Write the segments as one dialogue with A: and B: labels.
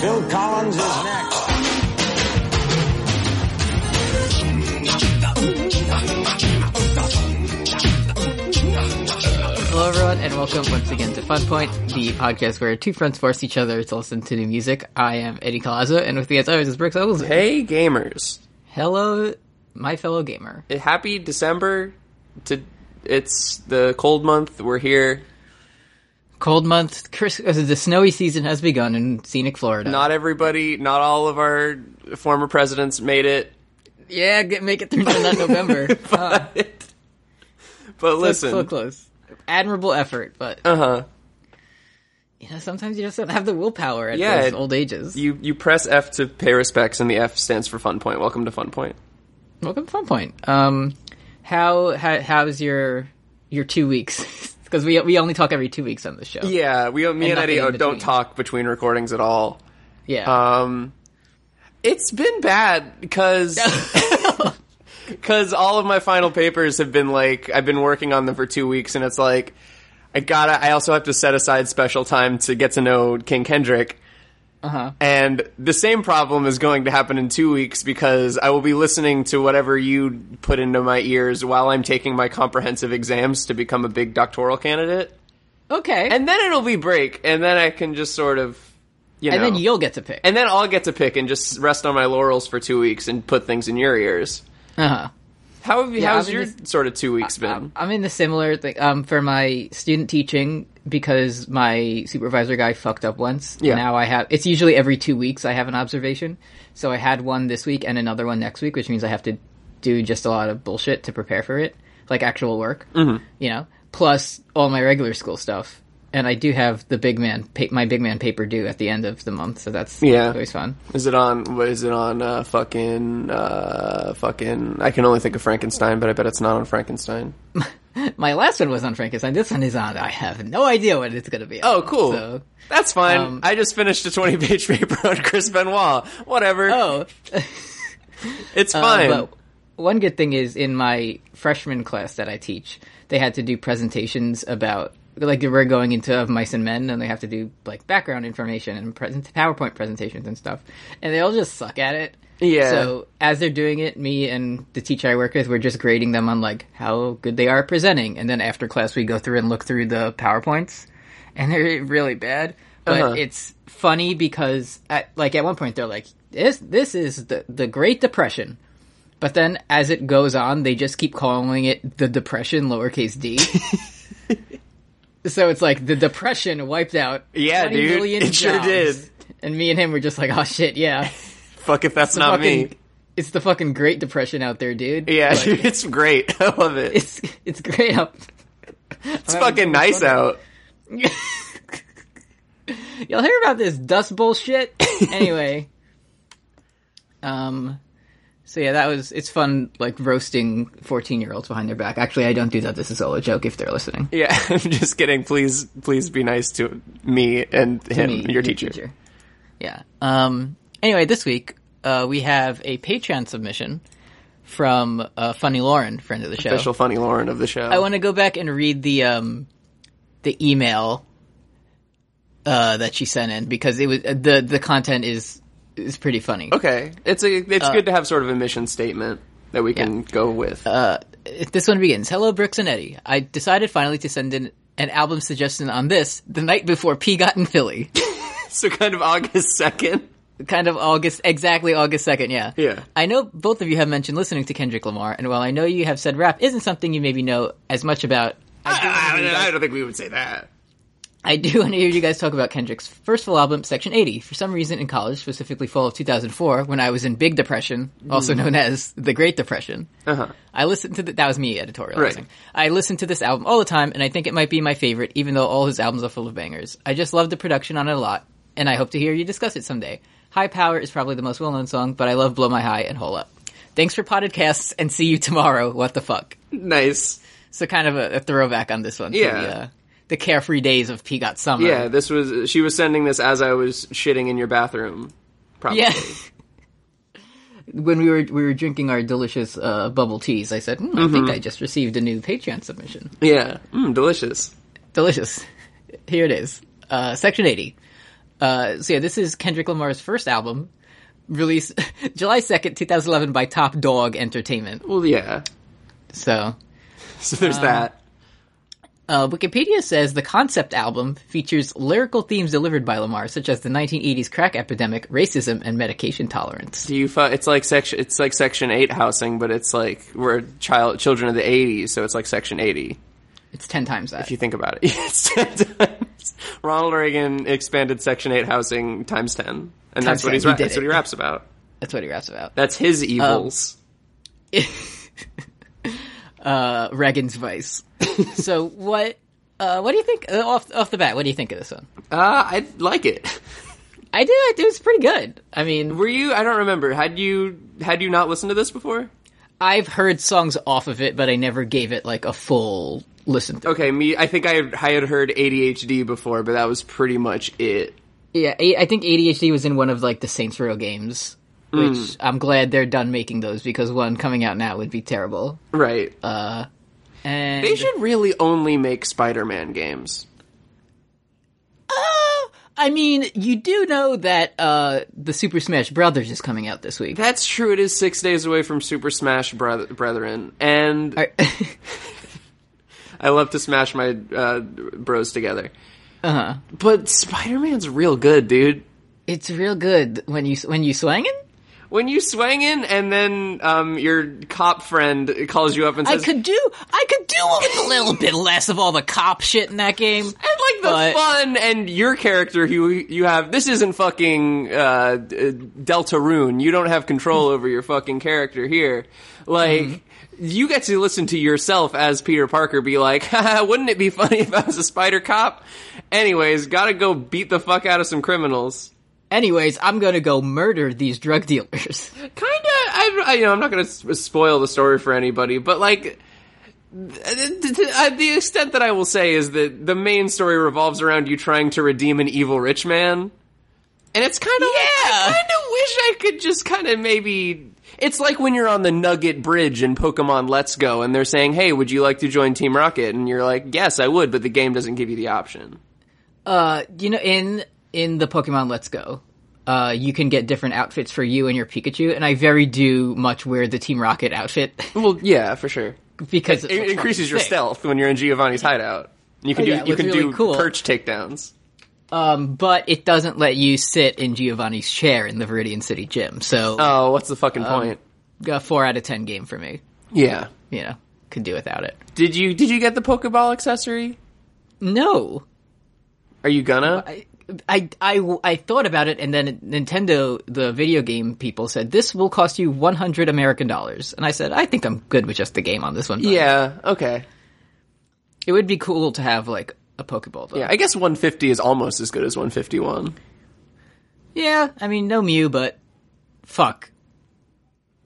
A: Phil Collins is next.
B: Hello, everyone, and welcome once again to Fun Point, the podcast where two friends force each other to listen to new music. I am Eddie Colazo, and with me as always is Brooks Olsen.
C: Hey gamers!
B: Hello, my fellow gamer.
C: Eh, Happy December! To it's the cold month. We're here.
B: Cold month, Chris, uh, the snowy season has begun in scenic Florida.
C: Not everybody, not all of our former presidents made it,
B: yeah, get, make it through to that November. Uh,
C: but listen,
B: so close. Admirable effort, but
C: uh huh.
B: you know, sometimes you just don't have the willpower at
C: Yeah,
B: those
C: it-
B: old ages.
C: You you press F to pay respects, and the F stands for Fun Point. Welcome to Fun Point.
B: Welcome to Fun Point. Um, how, how how's your your two weeks? Because we we only talk every two weeks on the show.
C: Yeah, we me and,
B: nothing
C: Eddie
B: in
C: oh,
B: between.
C: don't talk between recordings at all.
B: yeah.
C: Um, it's been bad because because all of my final papers have been like I've been working on them for two weeks, and it's like I gotta. I also have to set aside special time to get to know King Kendrick.
B: Uh-huh.
C: And the same problem is going to happen in two weeks because I will be listening to whatever you put into my ears while I'm taking my comprehensive exams to become a big doctoral candidate.
B: okay.
C: And then it'll be break, and then I can just sort of, you know.
B: and then you'll get to pick.
C: And then I'll get to pick and just rest on my laurels for two weeks and put things in your ears.
B: uh-huh.
C: How have you,
B: Yeah,
C: how's
B: I've been
C: your
B: just-
C: sort of two weeks been?
B: Um, I'm in the similar thing um, for my student teaching because my supervisor guy fucked up once.
C: Yeah.
B: Now I have it's usually every two weeks I have an observation, so I had one this week and another one next week, which means I have to do just a lot of bullshit to prepare for it, like actual work.
C: Mm-hmm.
B: You know, plus all my regular school stuff. And I do have the big man, pa- my big man paper due at the end of the month, so that's
C: Yeah.
B: always fun.
C: is it on? What is it on? Uh, fucking, uh, fucking. I can only think of Frankenstein, but I bet it's not on Frankenstein.
B: My last one was on Frankenstein. This one is on. I have no idea what it's going to be.
C: Oh,
B: on,
C: cool.
B: so-
C: That's fine.
B: um,
C: I just finished a twenty-page paper on Chris Benoit. Whatever.
B: Oh,
C: it's
B: Uh,
C: fine.
B: but one good thing is in my freshman class that I teach, they had to do presentations about like we're going into of mice and men, and they have to do like background information and present PowerPoint presentations and stuff, and they all just suck at it.
C: Yeah.
B: So as they're doing it, me and the teacher I work with, we're just grading them on like how good they are at presenting, and then after class we go through and look through the PowerPoints, and they're really bad. But
C: Uh-huh.
B: it's funny because at, like at one point they're like this this is the the Great Depression. But then as it goes on, they just keep calling it the depression, lowercase d. so it's like the depression wiped out.
C: Yeah,
B: 20
C: dude.
B: million
C: It sure
B: jobs.
C: did.
B: And me and him were just like, oh shit, yeah.
C: Fuck if that's not
B: fucking,
C: me.
B: It's the fucking Great Depression out there, dude.
C: Yeah,
B: Like,
C: it's great. I love it. It's,
B: it's it's great up.
C: fucking nice out.
B: You'll hear about this dust bullshit anyway. um. So yeah, that was it's fun like roasting fourteen year olds behind their back. Actually, I don't do that. This is all a joke. If they're listening,
C: Yeah, I'm just kidding. Please, please be nice to me and him,
B: Me,
C: your teacher.
B: Yeah. Um, anyway, this week uh, we have a Patreon submission from uh, Funny Lauren, friend of the show.
C: Official funny Lauren of the show.
B: I want to go back and read the um, the email uh, that she sent in because it was uh, the the content is is pretty funny.
C: Okay, it's a it's good to have sort of a mission statement that we can go with.
B: This one begins. Hello, Brooks and Eddie. I decided finally to send in an album suggestion on this the night before P got in Philly.
C: so kind of August second.
B: kind of August, exactly August 2nd, yeah.
C: Yeah.
B: I know both of you have mentioned listening to Kendrick Lamar, and while I know you have said rap isn't something you maybe know as much about, I do,
C: I, don't- I don't think we would say that.
B: I do want to hear you guys talk about Kendrick's first full album, Section 80. For some reason in college, specifically fall of 2004, when I was in Big Depression, also known as the Great Depression,
C: Mm. Uh-huh.
B: I listened to the, that was me editorializing.
C: Right.
B: I listened to this album all the time, and I think it might be my favorite, even though all his albums are full of bangers. I just love the production on it a lot, and I hope to hear you discuss it someday. High Power is probably the most well-known song, but I love Blow My High and Hole Up. Thanks for potted casts, and see you tomorrow. What the fuck?
C: Nice.
B: So kind of a, a throwback on this one. to
C: Yeah.
B: The, uh, the carefree days of Peagot Summer.
C: Yeah, this was she was sending this as I was shitting in your bathroom. Probably.
B: Yeah. when we were we were drinking our delicious uh, bubble teas, I said, hmm, I
C: Mm-hmm.
B: think I just received a new Patreon submission.
C: Yeah. Mm, delicious.
B: Delicious. Here it is. Uh, section 80. Uh, so yeah, this is Kendrick Lamar's first album, released July 2nd, 2011 by Top Dog Entertainment.
C: Well, yeah.
B: So,
C: So there's that.
B: uh, Wikipedia says the concept album features lyrical themes delivered by Lamar, such as the 1980s crack epidemic, racism, and medication tolerance.
C: Do you? Fu- it's like section. It's like section eight housing, but it's like we're child children of the '80s, so it's like section 80.
B: It's 10 times that.
C: If you think about it, it's ten times. Ronald Reagan expanded section eight housing times ten, and that's what
B: 10,
C: he's
B: he
C: ra-
B: did
C: that's
B: it.
C: what he raps about.
B: That's what he raps about.
C: That's his evils.
B: uh, Reagan's Vice. so what? Uh, what do you think uh, off off the bat? What do you think of this one?
C: uh, I like it.
B: I did. I think it's pretty good. I mean,
C: Were you? I don't remember. Had you? Had you not listened to this before?
B: I've heard songs off of it, but I never gave it like a full listen. Through.
C: Okay, me. I think I, I had heard ADHD before, but that was pretty much it.
B: Yeah, I I think ADHD was in one of like the Saints Row games, which I'm glad they're done making those because one coming out now would be terrible.
C: Right.
B: And
C: they should really only make Spider-Man games.
B: I mean, you do know that uh, the Super Smash Brothers is coming out this week.
C: That's true. It is six days away from Super Smash Broth- Brethren, and
B: Are-
C: I love to smash my uh, bros together.
B: Uh-huh.
C: Uh huh. But Spider-Man's real good, dude.
B: it's real good when you when you swangin'.
C: When you swang in and then um, your cop friend calls you up and
B: I
C: says,
B: could do I could do with a little bit less of all the cop shit in that game.
C: and like the
B: But-
C: fun and your character who you have this isn't fucking uh, D- delta rune you don't have control
B: Mm-hmm.
C: over your fucking character here like you get to listen to yourself as peter parker be like Haha, wouldn't it be funny if i was a spider cop anyways gotta go beat the fuck out of some criminals
B: Anyways, I'm gonna go murder these drug dealers.
C: kind of I, I- you know i'm not going to spoil the story for anybody but like th- th- th- uh, the extent that i will say is that the main story revolves around you trying to redeem an evil rich man and it's kind of
B: Yeah.
C: i kind of wish i could just kind of maybe it's like when you're on the nugget bridge in pokemon let's go and they're saying hey would you like to join team rocket and you're like yes i would but the game doesn't give you the option
B: Uh, you know, in in the Pokemon Let's Go, uh, you can get different outfits for you and your Pikachu, and I very do much wear the Team Rocket outfit
C: well yeah for sure
B: because it's
C: it
B: so
C: increases your
B: fucking sick.
C: stealth when you're in Giovanni's hideout. You can
B: Oh,
C: do
B: yeah, it
C: you
B: was
C: can
B: really
C: do
B: cool.
C: perch takedowns.
B: Um, but it doesn't let you sit in Giovanni's chair in the Viridian City gym. So,
C: Oh, what's the fucking
B: Um,
C: point?
B: a four out of ten game for me.
C: Yeah.
B: You know, could do without it.
C: Did you did you get the Pokeball accessory?
B: No,
C: Are you gonna?
B: I, I, I, I thought about it, and then Nintendo, the video game people, said this will cost you 100 American dollars, and I said I think I'm good with just the game on this one. but
C: Yeah. Okay.
B: it would be cool to have like a Pokeball. Though.
C: Yeah. I guess 150 is almost as good as 151.
B: yeah. I mean, no Mew, but fuck.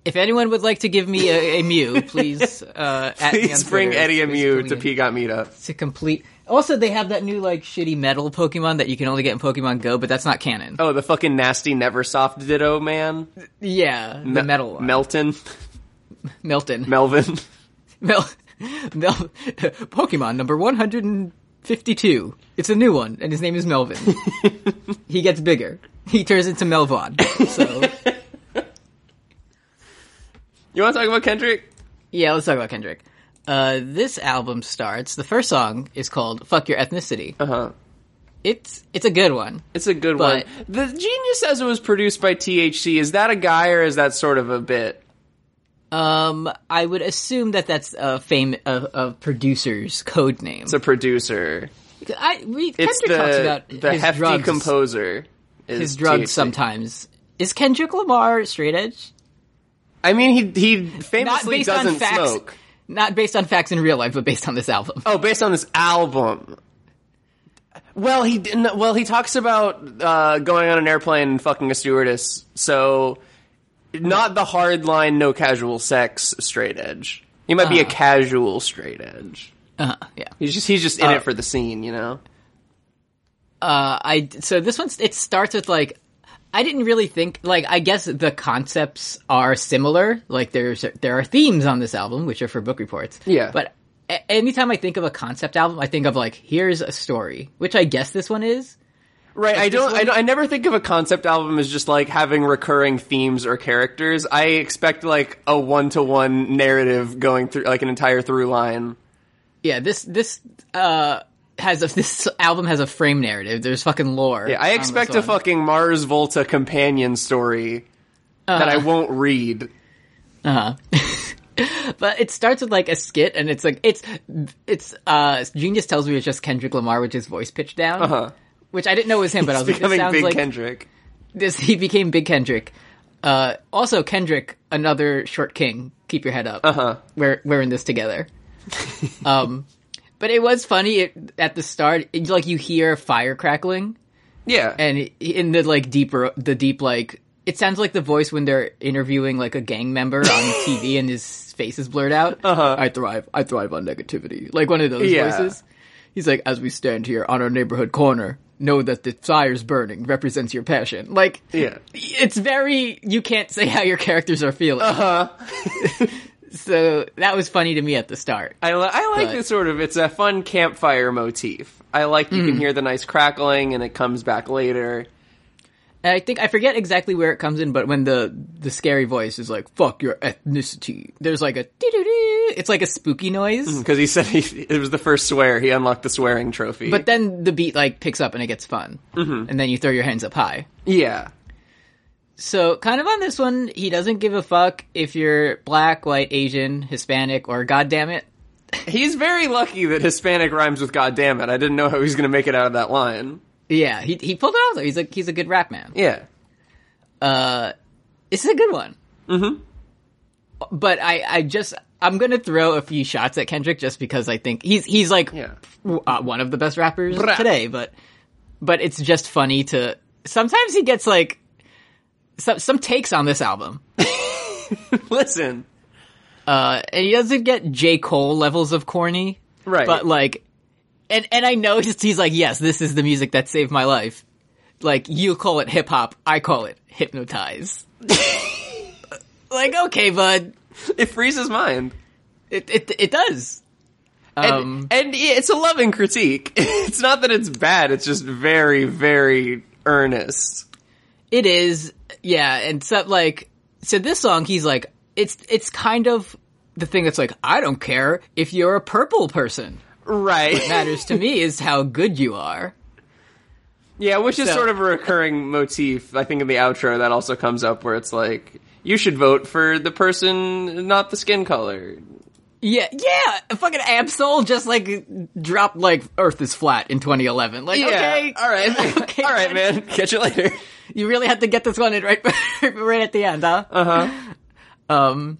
B: If anyone would like to give me a, a Mew, please uh, at me on
C: Please bring
B: Twitter.
C: Eddie and
B: Please
C: Mew
B: bring
C: to
B: it.
C: P got meetup.
B: to complete. Also, they have that new like shitty metal Pokemon that you can only get in Pokemon Go, but that's not canon.
C: Oh, the fucking nasty never soft Ditto man,
B: Yeah, the
C: Me-
B: metal one.
C: Melton,
B: Melton.
C: Melvin.
B: Mel, Mel, Pokemon number 152. It's a new one, and his name is Melvin. he gets bigger. He turns into Melvon. So,
C: You want to talk about Kendrick?
B: yeah, let's talk about Kendrick. Uh, this album starts, the first song is called Fuck Your Ethnicity.
C: Uh huh.
B: It's, it's a good one.
C: It's a good
B: But-
C: one. The genius says it was produced by THC. Is that a guy or is that sort of a bit?
B: Um, I would assume that that's a fame, a, a producer's code name.
C: It's a producer.
B: I, we, Kendrick
C: It's the,
B: talks about
C: the
B: his
C: hefty
B: drugs,
C: composer. Is
B: his drugs
C: THC.
B: sometimes. Is Kendrick Lamar straight edge?
C: I mean, he he
B: not
C: famously
B: based on
C: doesn't
B: facts,
C: smoke.
B: not based on facts in real life, but based on this album.
C: Oh, based on this album. Well, he didn't. Well, he talks about uh, going on an airplane and fucking a stewardess. So, not the hard line, no casual sex, straight edge. He might be a casual straight edge.
B: Uh, yeah,
C: He's just he's just in it for the scene, you know.
B: uh, I so this one's it starts with like I didn't really think like I guess the concepts are similar. Like there's there are themes on this album which are for book reports.
C: Yeah.
B: but a- anytime I think of a concept album, I think of like here's a story, which I guess this one is.
C: Right. I don't, I don't. I never think of a concept album as just like having recurring themes or characters. I expect like a one to one narrative going through, like an entire through line.
B: Yeah, this this uh has a, this album has a frame narrative. There's fucking lore.
C: Yeah, I
B: on
C: expect a
B: this one.
C: fucking Mars Volta companion story that I
B: Uh.
C: won't read.
B: But it starts with like a skit, and it's like it's it's uh genius tells me it's just Kendrick Lamar with his voice pitched down,
C: Uh-huh.
B: which I didn't know was him, but I was like,
C: It's
B: this
C: becoming
B: sounds
C: Big
B: like
C: Kendrick.
B: this. He became Big Kendrick. Uh, also Kendrick, another short king. Keep your head up.
C: Uh-huh.
B: We're we're in this together. um, but it was funny it, at the start. It, like you hear fire crackling,
C: Yeah.
B: and i- in the like deeper the deep like it sounds like the voice when they're interviewing like a gang member on TV and his face is blurred out. Uh-huh. I thrive. I thrive on negativity. Like one of those
C: Yeah.
B: voices. He's like, as we stand here on our neighborhood corner, know that the fire's burning represents your passion. Like,
C: yeah.
B: it's very you can't say how your characters are feeling. Uh huh.
C: Uh-huh.
B: so that was funny to me at the start.
C: I, li- I like
B: But-
C: this sort of it's a fun campfire motif. I like you can
B: Mm.
C: hear the nice crackling and it comes back later.
B: And I think I forget exactly where it comes in, but when the the scary voice is like "fuck your ethnicity," there's like a dee-doo-doo. it's like a spooky noise.
C: Because he said he, it was the first swear. He unlocked the swearing trophy.
B: But then the beat like picks up and it gets fun, mm-hmm. and then you throw your hands up high.
C: yeah,
B: So kind of on this one, he doesn't give a fuck if you're black, white, Asian, Hispanic, or goddamn it.
C: he's very lucky that Hispanic rhymes with "goddamn it." I didn't know how he was going to make it out of that line.
B: Yeah, he he pulled it off though. He's like he's a good rap man.
C: Yeah,
B: This is a good one. Mm-hmm. But I, I just, I'm gonna throw a few shots at Kendrick just because I think he's he's like
C: Yeah.
B: w- uh, one of the best rappers
C: Bruh.
B: today. But but it's just funny to sometimes he gets like some some takes on this album,
C: listen,
B: uh, and he doesn't get J Cole levels of corny,
C: right?
B: but like, and and I know he's, he's like, yes, this is the music that saved my life. Like you call it hip hop, I call it hypnotize. like okay, bud.
C: it frees his mind,
B: It it it does.
C: and,
B: Um,
C: and it's a loving critique. it's not that it's bad. It's just very, very earnest.
B: it is, yeah, and so like so this song he's like it's it's kind of the thing that's like I don't care if you're a purple person.
C: Right.
B: Matters to me is how good you are.
C: Yeah, which is
B: So-
C: sort of a recurring motif. I think in the outro that also comes up where it's like, you should vote for the person, not the skin color.
B: Yeah, yeah. Fucking Absol just like dropped like Earth is flat in 2011. Like okay,
C: all right,
B: Okay,
C: all right,
B: good.
C: man. Catch you later.
B: you really had to get this one in right right at the end, huh? Uh huh.
C: Uh-huh.
B: Um,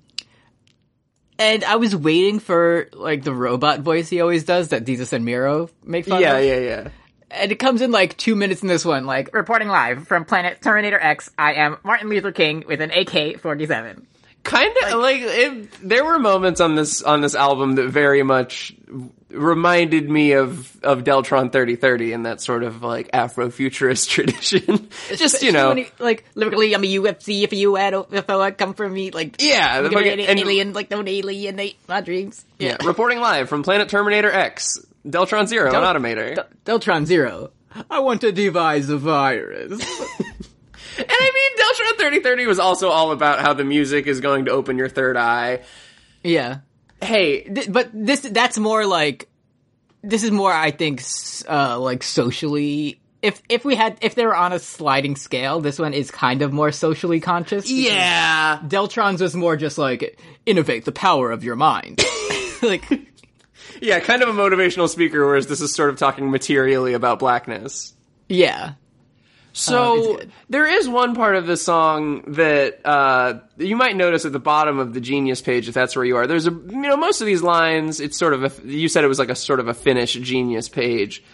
B: and I was waiting for like the robot voice he always does that Jesus and Miro make fun
C: Yeah,
B: of.
C: yeah, yeah.
B: and it comes in like two minutes in this one, like reporting live from planet Terminator X. I am Martin Luther King with an AK forty seven.
C: Kind of like, it, there were moments on this on this album that very much reminded me of of Deltron 3030 and that sort of like Afrofuturist tradition. Just you know,
B: like lyrically, I'm a UFC. If you had UFO, I come from me. Like
C: yeah, the
B: I'm
C: fucking-
B: an
C: and-
B: alien, like don't alienate my dreams.
C: yeah. Reporting live from Planet Terminator X, Deltron Zero,
B: Del-
C: and Automator.
B: Del- Deltron Zero. I want to devise a virus.
C: And I mean, Deltron 3030 was also all about how the music is going to open your third eye.
B: yeah.
C: Hey,
B: Th- but this that's more like this is more I think s- uh like socially if if we had if they were on a sliding scale this one is kind of more socially conscious because
C: yeah.
B: Deltron's was more just like innovate the power of your mind like
C: Yeah, kind of a motivational speaker, whereas this is sort of talking materially about blackness.
B: yeah Oh,
C: So
B: it's good.
C: there is one part of this song that uh, you might notice at the bottom of the Genius page, if that's where you are. There's a you know most of these lines. It's sort of a you said it was like a sort of a Finnish Genius page.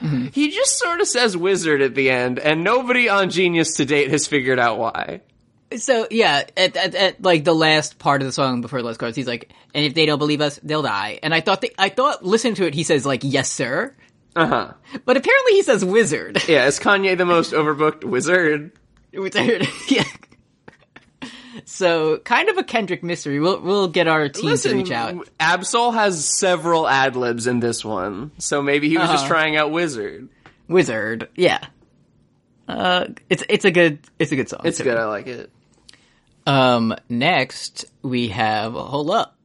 B: Mm-hmm.
C: He just sort of says wizard at the end, and nobody on Genius to date has figured out why.
B: so yeah at, at, at like the last part of the song before the last chorus he's like and if they don't believe us they'll die and I thought they, I thought listening to it he says like yes sir
C: Uh huh.
B: but apparently he says wizard
C: Yeah, is Kanye the most overbooked wizard?
B: retired. yeah. So kind of a Kendrick mystery. We'll we'll get our team to reach out.
C: Absol has several ad libs in this one, so maybe he was just
B: Uh-huh.
C: trying out wizard.
B: Wizard. Yeah. Uh, it's it's a good it's a good song.
C: It's
B: to
C: good.
B: me.
C: I like it.
B: Um, next we have hold up,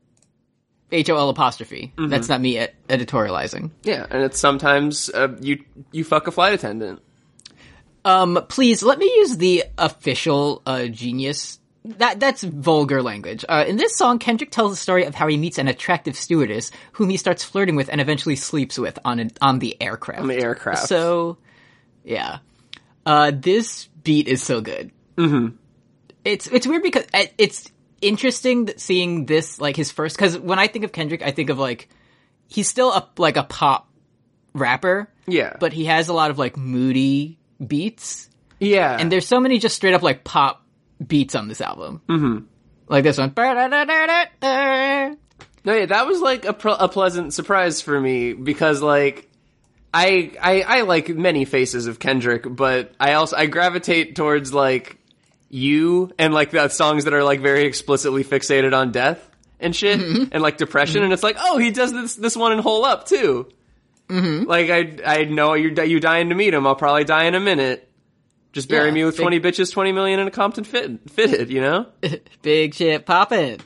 B: H O L apostrophe.
C: Mm-hmm.
B: That's not me ed- editorializing.
C: Yeah, and it's sometimes uh, you you fuck a flight attendant.
B: Um, please let me use the official uh, genius. That that's vulgar language. Uh, in this song, Kendrick tells the story of how he meets an attractive stewardess whom he starts flirting with and eventually sleeps with on an, on the aircraft.
C: On the aircraft.
B: So, yeah, uh, this beat is so good. Mm-hmm. It's it's weird because it- it's interesting that seeing this like his first because when I think of Kendrick, I think of like he's still a like a pop rapper,
C: Yeah,
B: but he has a lot of like moody beats.
C: yeah,
B: And there's so many just straight up like pop beats on this album. Mm-hmm. Like this one.
C: no, yeah, that was like a, pr- a pleasant surprise for me because like I, I I like many faces of Kendrick, but I also I gravitate towards like you and like the songs that are like very explicitly fixated on death and shit
B: Mm-hmm.
C: and like depression, and it's like oh he does this this one in Hole Up too. Mm-hmm. Like I I know you're di- you dying to meet him. I'll probably die in a minute. Just bury
B: Yeah,
C: me with
B: big-
C: twenty bitches, twenty million, and a Compton fit, fitted. You know.
B: Big shit poppin'.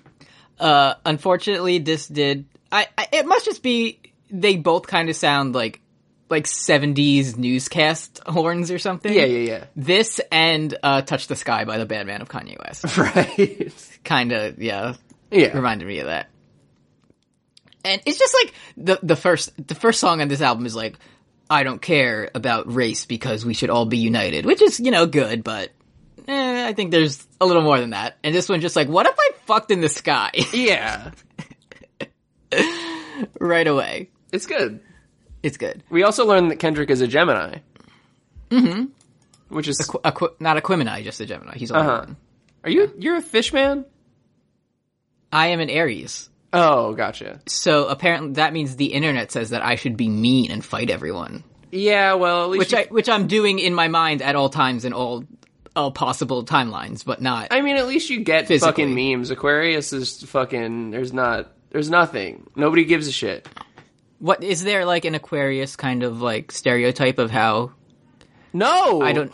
B: Uh, unfortunately, this did. I, I it must just be they both kind of sound like like 70s newscast horns or something.
C: Yeah, yeah,
B: This and uh, "Touch the Sky" by the Bad Man of Kanye West.
C: yeah. Right.
B: kind of yeah
C: Yeah.
B: reminded me of that. And it's just like the the first the first song on this album is like I don't care about race because we should all be united, which is you know good, but eh, I think there's a little more than that. And this one just like what if I fucked in the sky
C: Yeah.
B: right away?
C: It's good.
B: It's good.
C: We also learned that Kendrick is a Gemini. Mm-hmm. Which is
B: A Qu- not a Gemini, just a Gemini. He's only
C: uh-huh.
B: one.
C: Are you you're a fish man?
B: I am an Aries,
C: Oh, gotcha.
B: so apparently that means the internet says that I should be mean and fight everyone.
C: Yeah, well at least
B: which
C: you-
B: I which I'm doing in my mind at all times in all all possible timelines, but not.
C: I mean at least you get
B: Physically.
C: fucking memes. Aquarius is fucking there's not there's nothing. Nobody gives a shit.
B: what is there like an Aquarius kind of like stereotype of how uh,
C: No.
B: I don't.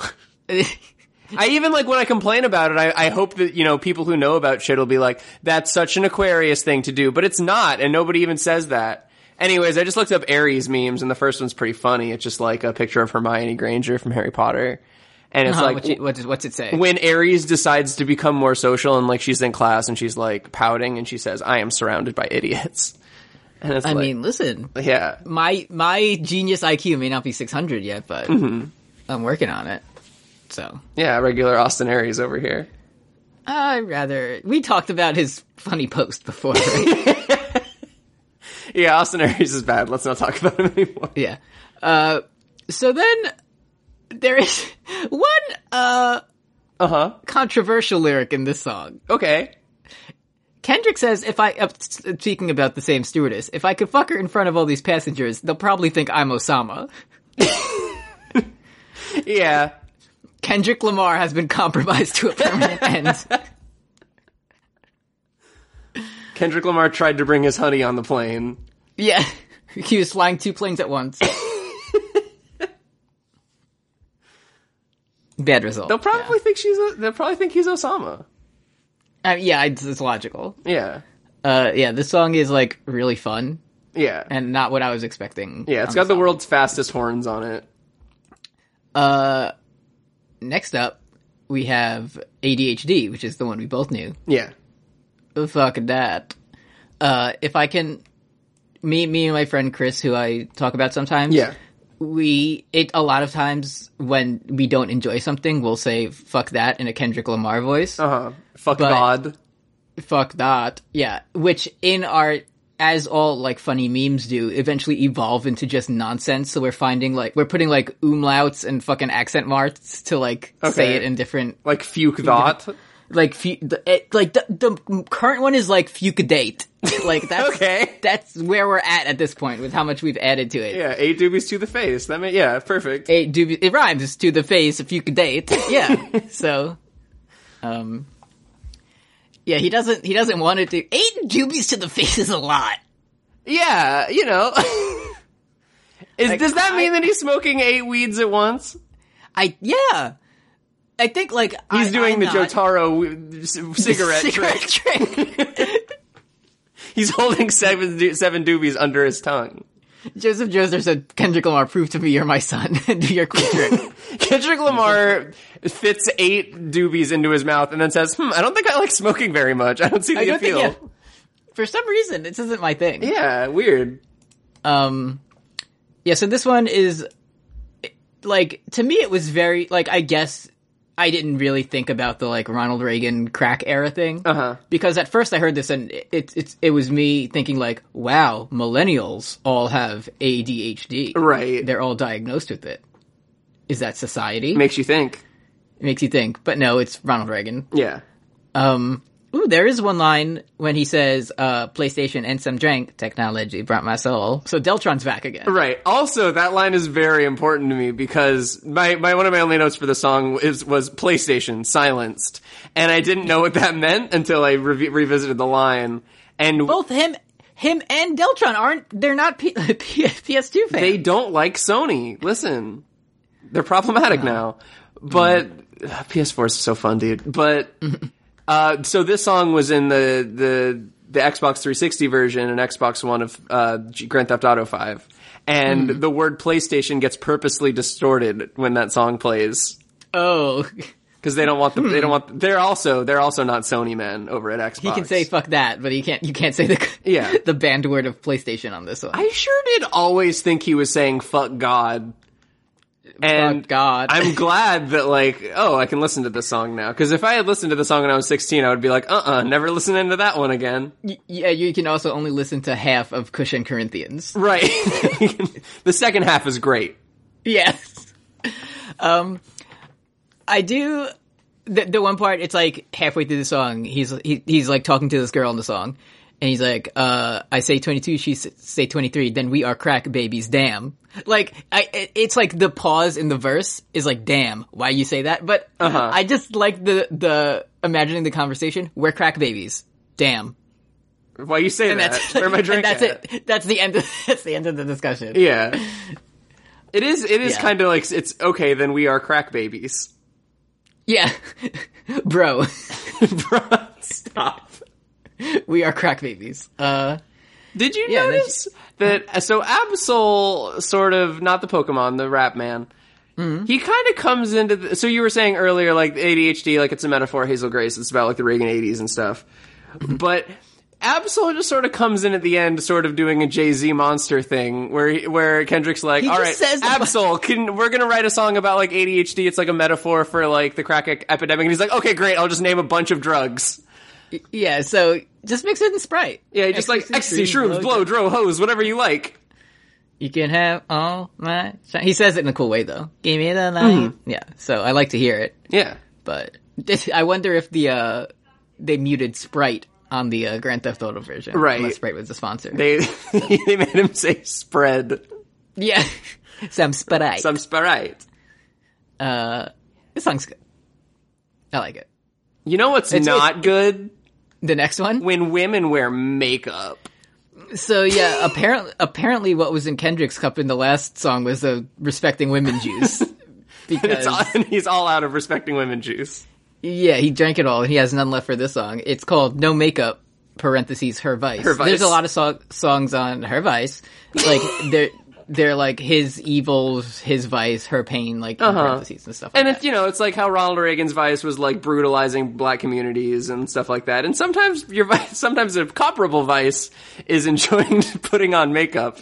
C: I even like when I complain about it, I, I hope that, you know, people who know about shit will be like, that's such an Aquarius thing to do, but it's not, and nobody even says that. Anyways, I just looked up Aries memes, and the first one's pretty funny. It's just like a picture of Hermione Granger from Harry Potter. And it's
B: Huh,
C: like,
B: what's, Uh-huh, it, what's, it, what's it say?
C: when Aries decides to become more social, and like she's in class, and she's like pouting, and she says, I am surrounded by idiots. And it's
B: I
C: like,
B: mean, listen,
C: yeah.
B: my my genius IQ may not be 600 yet, but
C: Mm-hmm.
B: I'm working on it. So
C: Yeah, regular Austin Aries over here.
B: I rather we talked about his funny post before. Right?
C: Yeah, Austin Aries is bad. Let's not talk about him anymore.
B: yeah. Uh, so then there is one uh
C: Uh huh.
B: controversial lyric in this song.
C: Okay.
B: Kendrick says, if I, uh, s- speaking about the same stewardess, if I could fuck her in front of all these passengers, they'll probably think I'm Osama.
C: Yeah.
B: Kendrick Lamar has been compromised to a permanent end.
C: Kendrick Lamar tried to bring his honey on the plane.
B: Yeah. He was flying two planes at once. Bad result.
C: They'll probably think she's. A, they'll probably think he's Osama.
B: Yeah, Uh, yeah it's, it's logical.
C: Yeah,
B: Uh, yeah, this song is like really fun
C: yeah,
B: and not what I was expecting. Um,
C: yeah. It's
B: on
C: got the world's fastest horns on it.
B: Next up, we have ADHD, which is the one we both knew.
C: Yeah,
B: fuck that. Uh, if I can, me, me and my friend Chris, who I talk about sometimes,
C: yeah,
B: we it a lot of times when we don't enjoy something, we'll say "fuck that" in a Kendrick Lamar voice.
C: uh huh. Fuck
B: But-
C: God.
B: Fuck that, yeah. Which in our as all like funny memes do, eventually evolve into just nonsense. So we're finding like we're putting like umlauts and fucking accent marks to like
C: Okay.
B: say it in different
C: Like fuke thought.
B: like fu- the, it, like the, the current one is like fuke date like that's
C: Okay.
B: that's where we're at at this point with how much we've added to it
C: Yeah, eight doobies to the face. That may, yeah, perfect.
B: it, do, it rhymes it's to the face if you could date yeah so um yeah he doesn't he doesn't want it to eight doobies to the face is a lot
C: Yeah, you know. Is,
B: Like,
C: does that
B: I-
C: mean that he's smoking eight weeds at once?
B: I yeah. I think like
C: He's
B: I,
C: doing
B: I'm
C: the
B: not-
C: Jotaro c- cigarette,
B: cigarette
C: trick.
B: trick.
C: He's holding seven do- seven doobies under his tongue.
B: Joseph Joestar said, "Kendrick Lamar, prove to me you're my son and do your cool trick."
C: Kendrick Lamar fits eight doobies into his mouth and then says, "Hmm, I don't think I like smoking very much. I don't see the
B: I don't
C: appeal."
B: think yeah. For some reason, this isn't my thing.
C: yeah, weird.
B: Um, yeah. So this one is like to me, it was very like I guess I didn't really think about the like Ronald Reagan crack era thing
C: Uh-huh.
B: because at first I heard this and it, it it's it was me thinking like, wow, millennials all have ADHD.
C: Right.
B: They're all diagnosed with it. Is that society?
C: Makes you think.
B: It makes you think, but no, it's Ronald Reagan.
C: Yeah.
B: Um, ooh, there is one line when he says, uh, PlayStation and some drink technology brought my soul. So Deltron's back again.
C: Right. Also, that line is very important to me because my, my one of my only notes for the song is was PlayStation silenced, and I didn't know what that meant until I re- revisited the line. And
B: Both him, him and Deltron aren't, they're not P- P- PS2 fans.
C: they don't like Sony. Listen, they're problematic now. But
B: Mm.
C: ugh, PS4 is so fun, dude. But uh, so this song was in the the the Xbox 360 version and Xbox One of uh, G- Grand Theft Auto 5, and
B: Mm.
C: the word PlayStation gets purposely distorted when that song plays.
B: oh,
C: Because they don't want the, they don't want they're also they're also not Sony men over at Xbox.
B: Hmm. he can say fuck that, but he can't, you can't say the,
C: Yeah.
B: the banned word of PlayStation on this one.
C: I sure did always think he was saying fuck God. And
B: Fuck God.
C: I'm glad that like, oh, I can listen to this song now. Because if I had listened to the song when I was 16, I would be like, uh-uh, never listening to that one again.
B: Y- yeah, you can also only listen to half of Cushion Corinthians.
C: Right. the second half is great.
B: Yes. Um, I do. The, the one part, it's like halfway through the song, he's he, he's like talking to this girl in the song, and he's like, uh, "I say twenty two, she s- say twenty three, then we are crack babies." Damn. Like, I it- it's like the pause in the verse is like, "Damn, why you say that?" But
C: Uh-huh.
B: I just like the the imagining the conversation. We're crack babies. Damn.
C: Why you say
B: And
C: that?
B: that's
C: Where my
B: and
C: drink
B: that's
C: at?
B: it. That's the end. Of, that's the end of the discussion.
C: Yeah. It is it is
B: Yeah.
C: kind of like it's okay, then we are crack babies.
B: Yeah. Bro,
C: Bruh, Stop.
B: we are crack babies. Uh,
C: Did you
B: Yeah, they-
C: notice that? So Absol, sort of not the Pokemon, the Rap Man.
B: Mm-hmm.
C: He kind of comes into. The, so you were saying earlier, like ADHD, like it's a metaphor. Hazel Grace, it's about like the Reagan '80s and stuff. But Absol just sort of comes in at the end, sort of doing a Jay Z monster thing, where he, where Kendrick's like,
B: He
C: "All right,
B: just says-
C: Absol, can we're gonna write a song about like ADHD? It's like a metaphor for like the crack e- epidemic." And he's like, "Okay, great, I'll just name a bunch of drugs."
B: yeah, so just mix it in Sprite.
C: Yeah, just like ecstasy, shrooms, blow, dro, hose, whatever you like.
B: You can have all my shine. He says it in a cool way though. Give me the
C: Mm-hmm.
B: light. Yeah, so I like to hear it,
C: Yeah.
B: but I wonder if the, uh, they muted Sprite on the uh, Grand Theft Auto version.
C: Right.
B: Unless Sprite was the sponsor.
C: They they made him say spread
B: yeah. Some Sprite.
C: some spread.
B: This song's good. I like it.
C: You know what's
B: It's-
C: not good
B: The next one?
C: when women wear makeup.
B: So yeah, apparently, apparently, what was in Kendrick's cup in the last song was the respecting women juice.
C: It's
B: Because
C: all, and he's all out of respecting women juice.
B: yeah, he drank it all, and he has none left for this song. It's called "No Makeup." Parentheses her vice.
C: Her Vice.
B: There's a lot of so- songs on her vice, like they're they're like his evils, his vice, her pain, like in parentheses and stuff. Like
C: Uh-huh.
B: that.
C: And it's you know it's like how Ronald Reagan's vice was like brutalizing black communities and stuff like that. And sometimes your vice, sometimes a comparable vice is enjoying putting on makeup.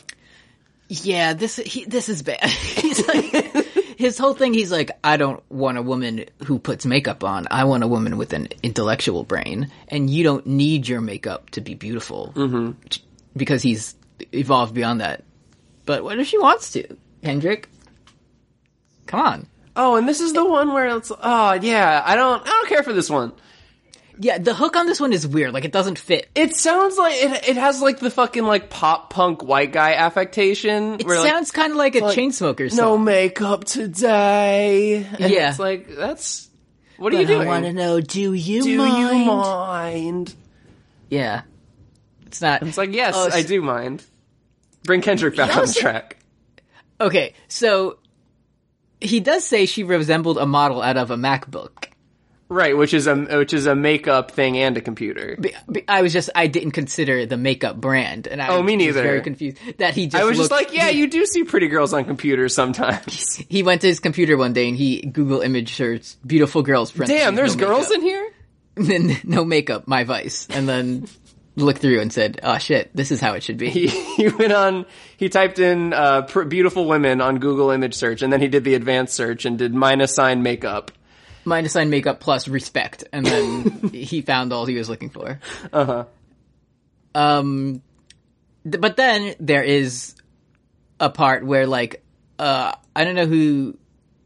B: yeah, this he, this is bad. he's like. His whole thing, he's like, I don't want a woman who puts makeup on. I want a woman with an intellectual brain, and you don't need your makeup to be beautiful, mm-hmm. because he's evolved beyond that. But what if she wants to, Hendrik? Come on.
C: Oh, and this is the one where it's oh yeah, I don't I don't care for this one.
B: Yeah, the hook on this one is weird. Like it doesn't fit.
C: It sounds like it, it has like the fucking like pop punk white guy affectation.
B: It sounds kind of like a
C: like,
B: Chainsmokers
C: no
B: song.
C: makeup today. And
B: Yeah.
C: it's like that's what are you
B: But I
C: doing?
B: want to know. Do you
C: do
B: mind?
C: you mind?
B: Yeah, it's not.
C: It's like yes,
B: Oh,
C: I
B: s-
C: do mind. Bring Kendrick back on
B: also-
C: track.
B: Okay, so he does say she resembled a model out of a MacBook.
C: Right, which is a which is a makeup thing and a computer.
B: B- b- I was just I didn't consider the makeup brand, and I
C: Oh, me
B: was
C: neither.
B: very confused that he just.
C: I was just
B: looked-
C: like, yeah, you do see pretty girls on computers sometimes.
B: he went to his computer one day and he Google image searched beautiful girls.
C: Damn, there's girls in here.
B: in no makeup, my vice, and then looked through and said, "Oh shit, this is how it should be."
C: He he went on. He typed in uh, pr- beautiful women on Google image search, and then he did the advanced search and did minus sign makeup.
B: minus sign makeup plus respect, and then he found all he was looking for. Uh huh. Um, th- but then there is a part where like uh I don't know who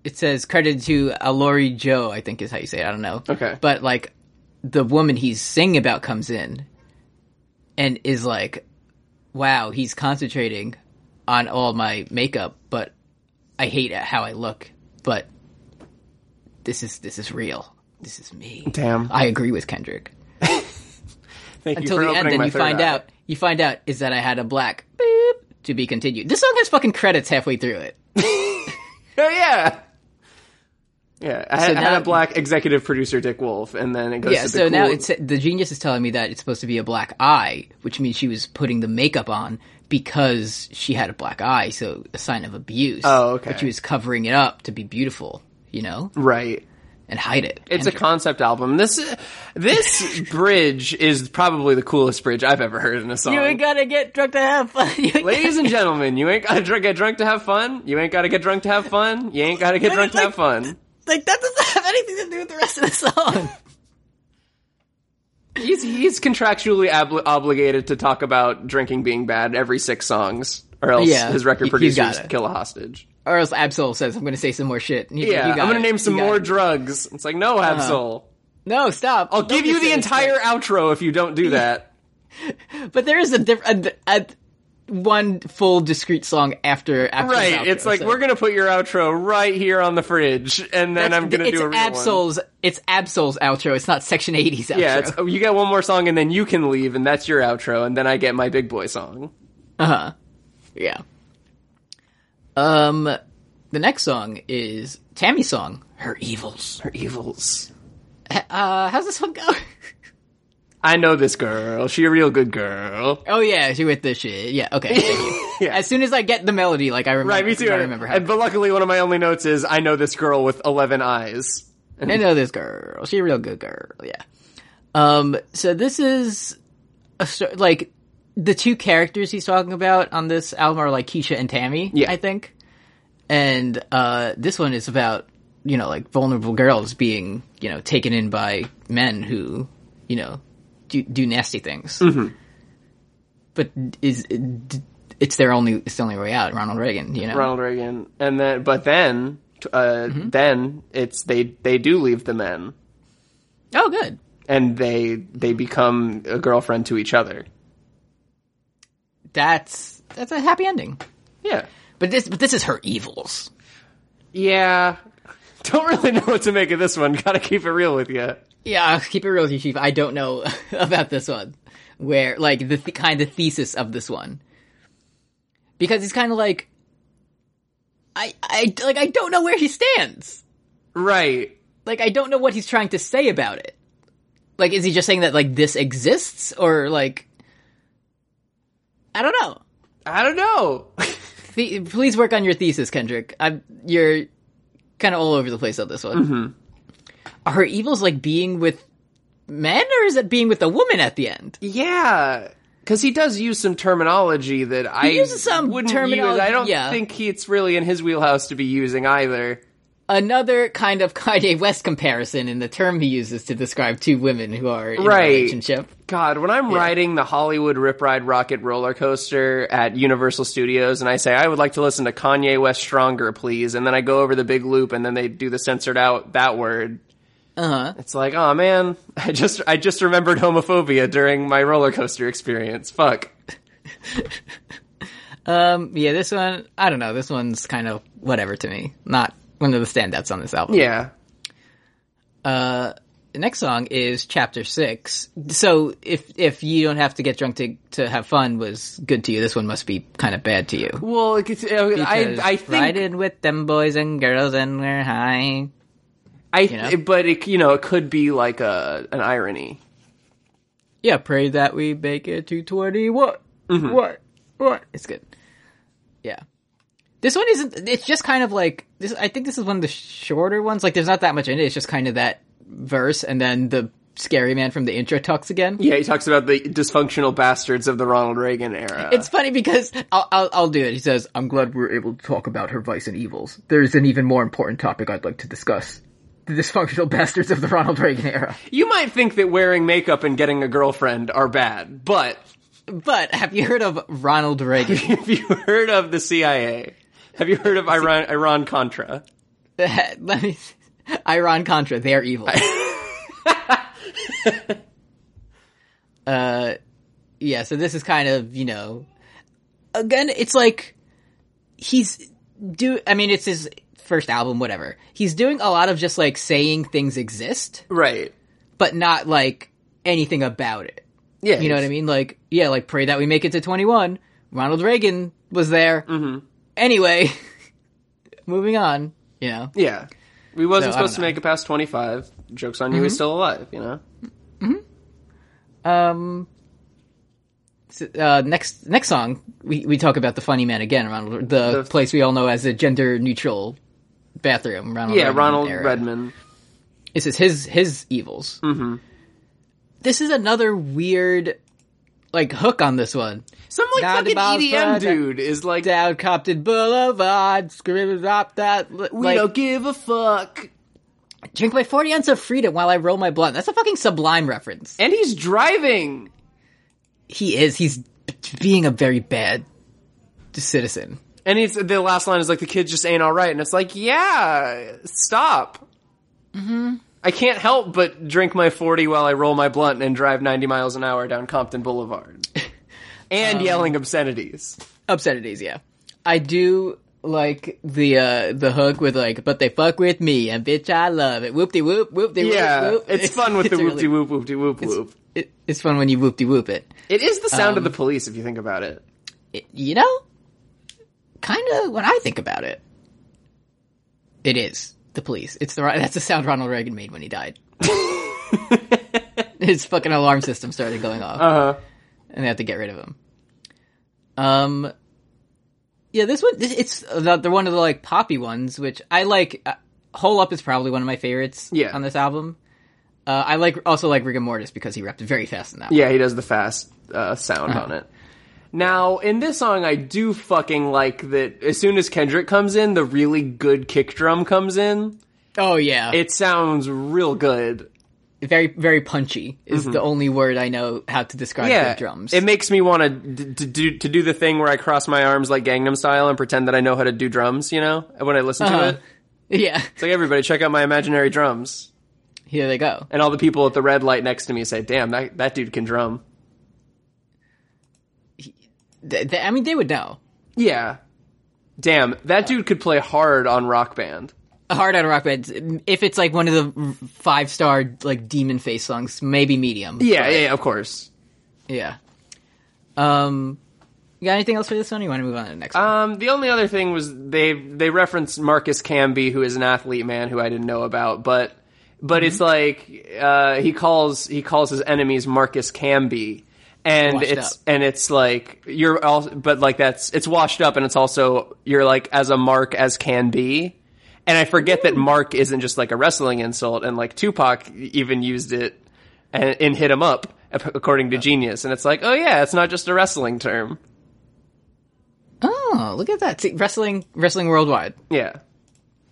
B: it says credited to Alori Joe I think is how you say it I don't know
C: Okay.
B: but like the woman he's singing about comes in and is like wow he's concentrating on all my makeup but I hate how I look but this is this is real this is me
C: Damn.
B: I agree with Kendrick
C: Thank
B: until
C: you for
B: the end
C: opening
B: and
C: my
B: you
C: third
B: find
C: eye.
B: out you find out is that I had a black beep to be continued. This song has fucking credits halfway through it.
C: Oh yeah. Yeah, I had,
B: So
C: I had
B: now-
C: a black executive producer, Dick Wolf, and then it goes
B: Yeah,
C: to
B: so
C: the
B: now
C: cool-
B: it's the genius is telling me that it's supposed to be a black eye, which means she was putting the makeup on because she had a black eye, so a sign of abuse.
C: Oh, okay.
B: But she was covering it up to be beautiful, you know,
C: right.
B: and hide it.
C: It's
B: And
C: a concept album. This this bridge is probably the coolest bridge I've ever heard in a song.
B: you ain't gotta get drunk to have fun. You ain't
C: Ladies and gentlemen, you ain't gotta dr- get drunk to have fun. You ain't gotta get drunk to have fun. You ain't gotta get drunk to have fun.
B: like that doesn't have anything to do with the rest of the song.
C: He's he's contractually obli- obligated to talk about drinking being bad every six songs, or else
B: Yeah,
C: his record
B: you- you
C: producers
B: gotta.
C: kill a hostage.
B: or else Absol says, "I'm gonna say some more shit." And he's like,
C: Yeah,
B: "You
C: I'm
B: got
C: gonna
B: it.
C: name
B: You Uh-huh.
C: some
B: got
C: more
B: it."
C: drugs. It's like no, Absol.
B: No, stop.
C: I'll give you the entire outro if you don't do that.
B: But there is a different a, a- one full discrete song after after
C: Right.
B: the outro,
C: it's like
B: so-
C: we're gonna put your outro right here on the fridge, and then I'm gonna
B: it's
C: do a real one.
B: Absol's it's Absol's outro. It's not Section 80's outro.
C: Yeah, it's, oh, you get one more song, and then you can leave, and that's your outro, and then I get my big boy song.
B: yeah. Um, the next song is Tammy's song, "Her Evils."
C: Her evils.
B: Uh, how's this one go?
C: I know this girl. She a real good girl.
B: oh yeah, she with the shit. Yeah, okay. thank you.
C: Yeah.
B: As soon as I get the melody, like I remember,
C: Right, me too.
B: I remember how.
C: and, but luckily, one of my only notes is I know this girl with eleven eyes.
B: I know this girl. She a real good girl. Yeah. Um. So this is a sto- like the two characters he's talking about on this album are like Keisha and Tammy.
C: Yeah.
B: I think. And uh, this one is about you know like vulnerable girls being you know taken in by men who you know do do nasty things. But is it's their only it's the only way out. Ronald Reagan. You know.
C: Ronald Reagan, and then but then, t- uh,
B: Mm-hmm.
C: then it's they they do leave the men,
B: Oh, good.
C: and they they become a girlfriend to each other.
B: That's that's a happy ending.
C: Yeah.
B: But this but this is her evils.
C: Yeah. Don't really know what to make of this one. Gotta keep it real with you.
B: Yeah, I'll keep it real with you, Chief. I don't know about this one. Where, like, the th- kind of thesis of this one. Because he's kind of like, I, I, like, I don't know where he stands.
C: Right.
B: Like, I don't know what he's trying to say about it. Like, is he just saying that, like, this exists? Or, like, I don't know.
C: I don't know.
B: The- please work on your thesis, Kendrick. I'm, you're kind of all over the place on this one. Are her evils like being with men, or is it being with a woman at the end?
C: yeah. Because he does use some terminology that I
B: uses some
C: wouldn't use.
B: terminology-
C: I don't
B: yeah.
C: think he, it's really in his wheelhouse to be using either.
B: Another kind of Kanye West comparison in the term he uses to describe two women who are in
C: Right.
B: a relationship.
C: God, when I'm riding the Hollywood Rip Ride Rocket roller coaster at Universal Studios and I say, I would like to listen to Kanye West Stronger, please, and then I go over the big loop and then they do the censored out that word.
B: Uh-huh.
C: Uh huh. It's like, oh man, I just I just remembered homophobia during my roller coaster experience. Fuck.
B: Um, yeah, this one, I don't know. This one's kind of whatever to me. Not one of the standouts on this album.
C: Yeah.
B: the next song is chapter six. So if if you don't have to get drunk to to have fun was good to you, this one must be kind of bad to you.
C: Well, it gets- I, I,
B: Because
C: I think
B: riding with them boys and girls and we're high.
C: I,
B: know?
C: it- but it, you know, it could be like a an irony.
B: Yeah, pray that we make it to twenty. What? What? What? Mm-hmm. It's good. Yeah. This one isn't. It's just kind of like this. I think this is one of the shorter ones. Like, there's not that much in it. It's just kind of that verse, and then the scary man from the intro talks again.
C: Yeah, he talks about the dysfunctional bastards of the Ronald Reagan era.
B: It's funny because I'll, I'll I'll do it. He says, "I'm glad we're able to talk about her vice and evils. There's an even more important topic I'd like to discuss: the dysfunctional bastards of the Ronald Reagan era."
C: you might think that wearing makeup and getting a girlfriend are bad, but
B: But have you heard of Ronald Reagan?
C: have you heard of the CIA? Have you heard of Iran Iran Contra?
B: Let me. Iran Contra, they are evil. uh, Uh, yeah. So this is kind of you know, again, it's like he's do. I mean, it's his first album, whatever. He's doing a lot of just like saying things exist,
C: Right.
B: but not like anything about it.
C: Yeah.
B: You know what I mean? Like, yeah, like pray that we make it to 21. Ronald Reagan was there. Mm-hmm. Anyway, moving on. You know.
C: Yeah. We wasn't
B: So, I don't Mm-hmm.
C: supposed to
B: know.
C: make it past 25. Joke's on you, he's still alive, you know?
B: Um, s- uh, next next song, we, we talk about the funny man again, Ronald. The,
C: The-
B: place we all know as a gender neutral bathroom. Ronald
C: Yeah,
B: Reagan
C: Ronald
B: era.
C: Redman.
B: This is his his evils. Mm-hmm. This is another weird like hook on this one.
C: Some like
B: Not
C: fucking
B: about
C: EDM
B: that.
C: dude is like,
B: Down Compton Boulevard, scream drop that. li-
C: we
B: like,
C: don't give a fuck.
B: drink my forty ounce of freedom while I roll my blunt. That's a fucking sublime reference.
C: And he's driving.
B: He is. He's being a very bad citizen.
C: And it's the last line is like, the kid just ain't alright. And it's like, yeah, stop. Mm-hmm. I can't help but drink my 40 while I roll my blunt and drive 90 miles an hour down Compton Boulevard.
B: Um,
C: and yelling obscenities.
B: obscenities yeah i do like the uh the hook with like but they fuck with me and bitch i love it whoop de whoop whoop de
C: Yeah,
B: whoop
C: it's fun with the
B: really-
C: whoop de whoop whoop de whoop whoop.
B: it, it's fun when you whoop de whoop it.
C: It is the sound of
B: Um,
C: the police if you think about it.
B: It- you know kind of when i think about it it is the police it's the that's the sound ronald reagan made when he died his fucking alarm system started going off
C: Uh huh.
B: and they have to get rid of him. Um, yeah, this one this, it's another one of the like poppy ones, which I like. Uh, Hole Up is probably one of my favorites.
C: Yeah.
B: on this album. Uh, I like also like rigor mortis because he rapped very fast in that. one.
C: Yeah, he does the fast uh, sound on it. Now, in this song, I do fucking like that as soon as Kendrick comes in, the really good kick drum comes in.
B: Oh yeah,
C: It sounds real good.
B: very very punchy is the only word I know how to describe
C: Mm-hmm. Yeah,
B: the drums.
C: It makes me want to d- to do to do the thing where I cross my arms like Gangnam Style and pretend that I know how to do drums. You know, when I listen
B: Uh-huh.
C: to it,
B: yeah,
C: it's like everybody check out my imaginary drums,
B: here they go.
C: and all the people at the red light next to me say, "Damn, that that dude can drum."
B: Th- th- I mean, they would know.
C: Yeah. Damn, that dude could play hard on Rock Band.
B: Hard on rock band. If it's like one of the five star like demon face songs, maybe medium.
C: Yeah,
B: but-
C: yeah, yeah, of course.
B: Yeah. Um, you got anything else for this one? Or you want to move on to the next one?
C: Um, the only other thing was they they referenced Marcus Camby, who is an athlete man who I didn't know about, but but
B: Mm-hmm.
C: it's like uh, he calls he calls his enemies Marcus Camby, and
B: Washed
C: it's
B: up.
C: and it's like you're also but like that's it's washed up, and it's also you're like as a mark as can be. And I forget that Mark isn't just like a wrestling insult, and like Tupac even used it and in Hit 'Em Up, according to Genius. And it's like, oh yeah, it's not just a wrestling term.
B: Oh, look at that! See, wrestling, wrestling worldwide.
C: Yeah.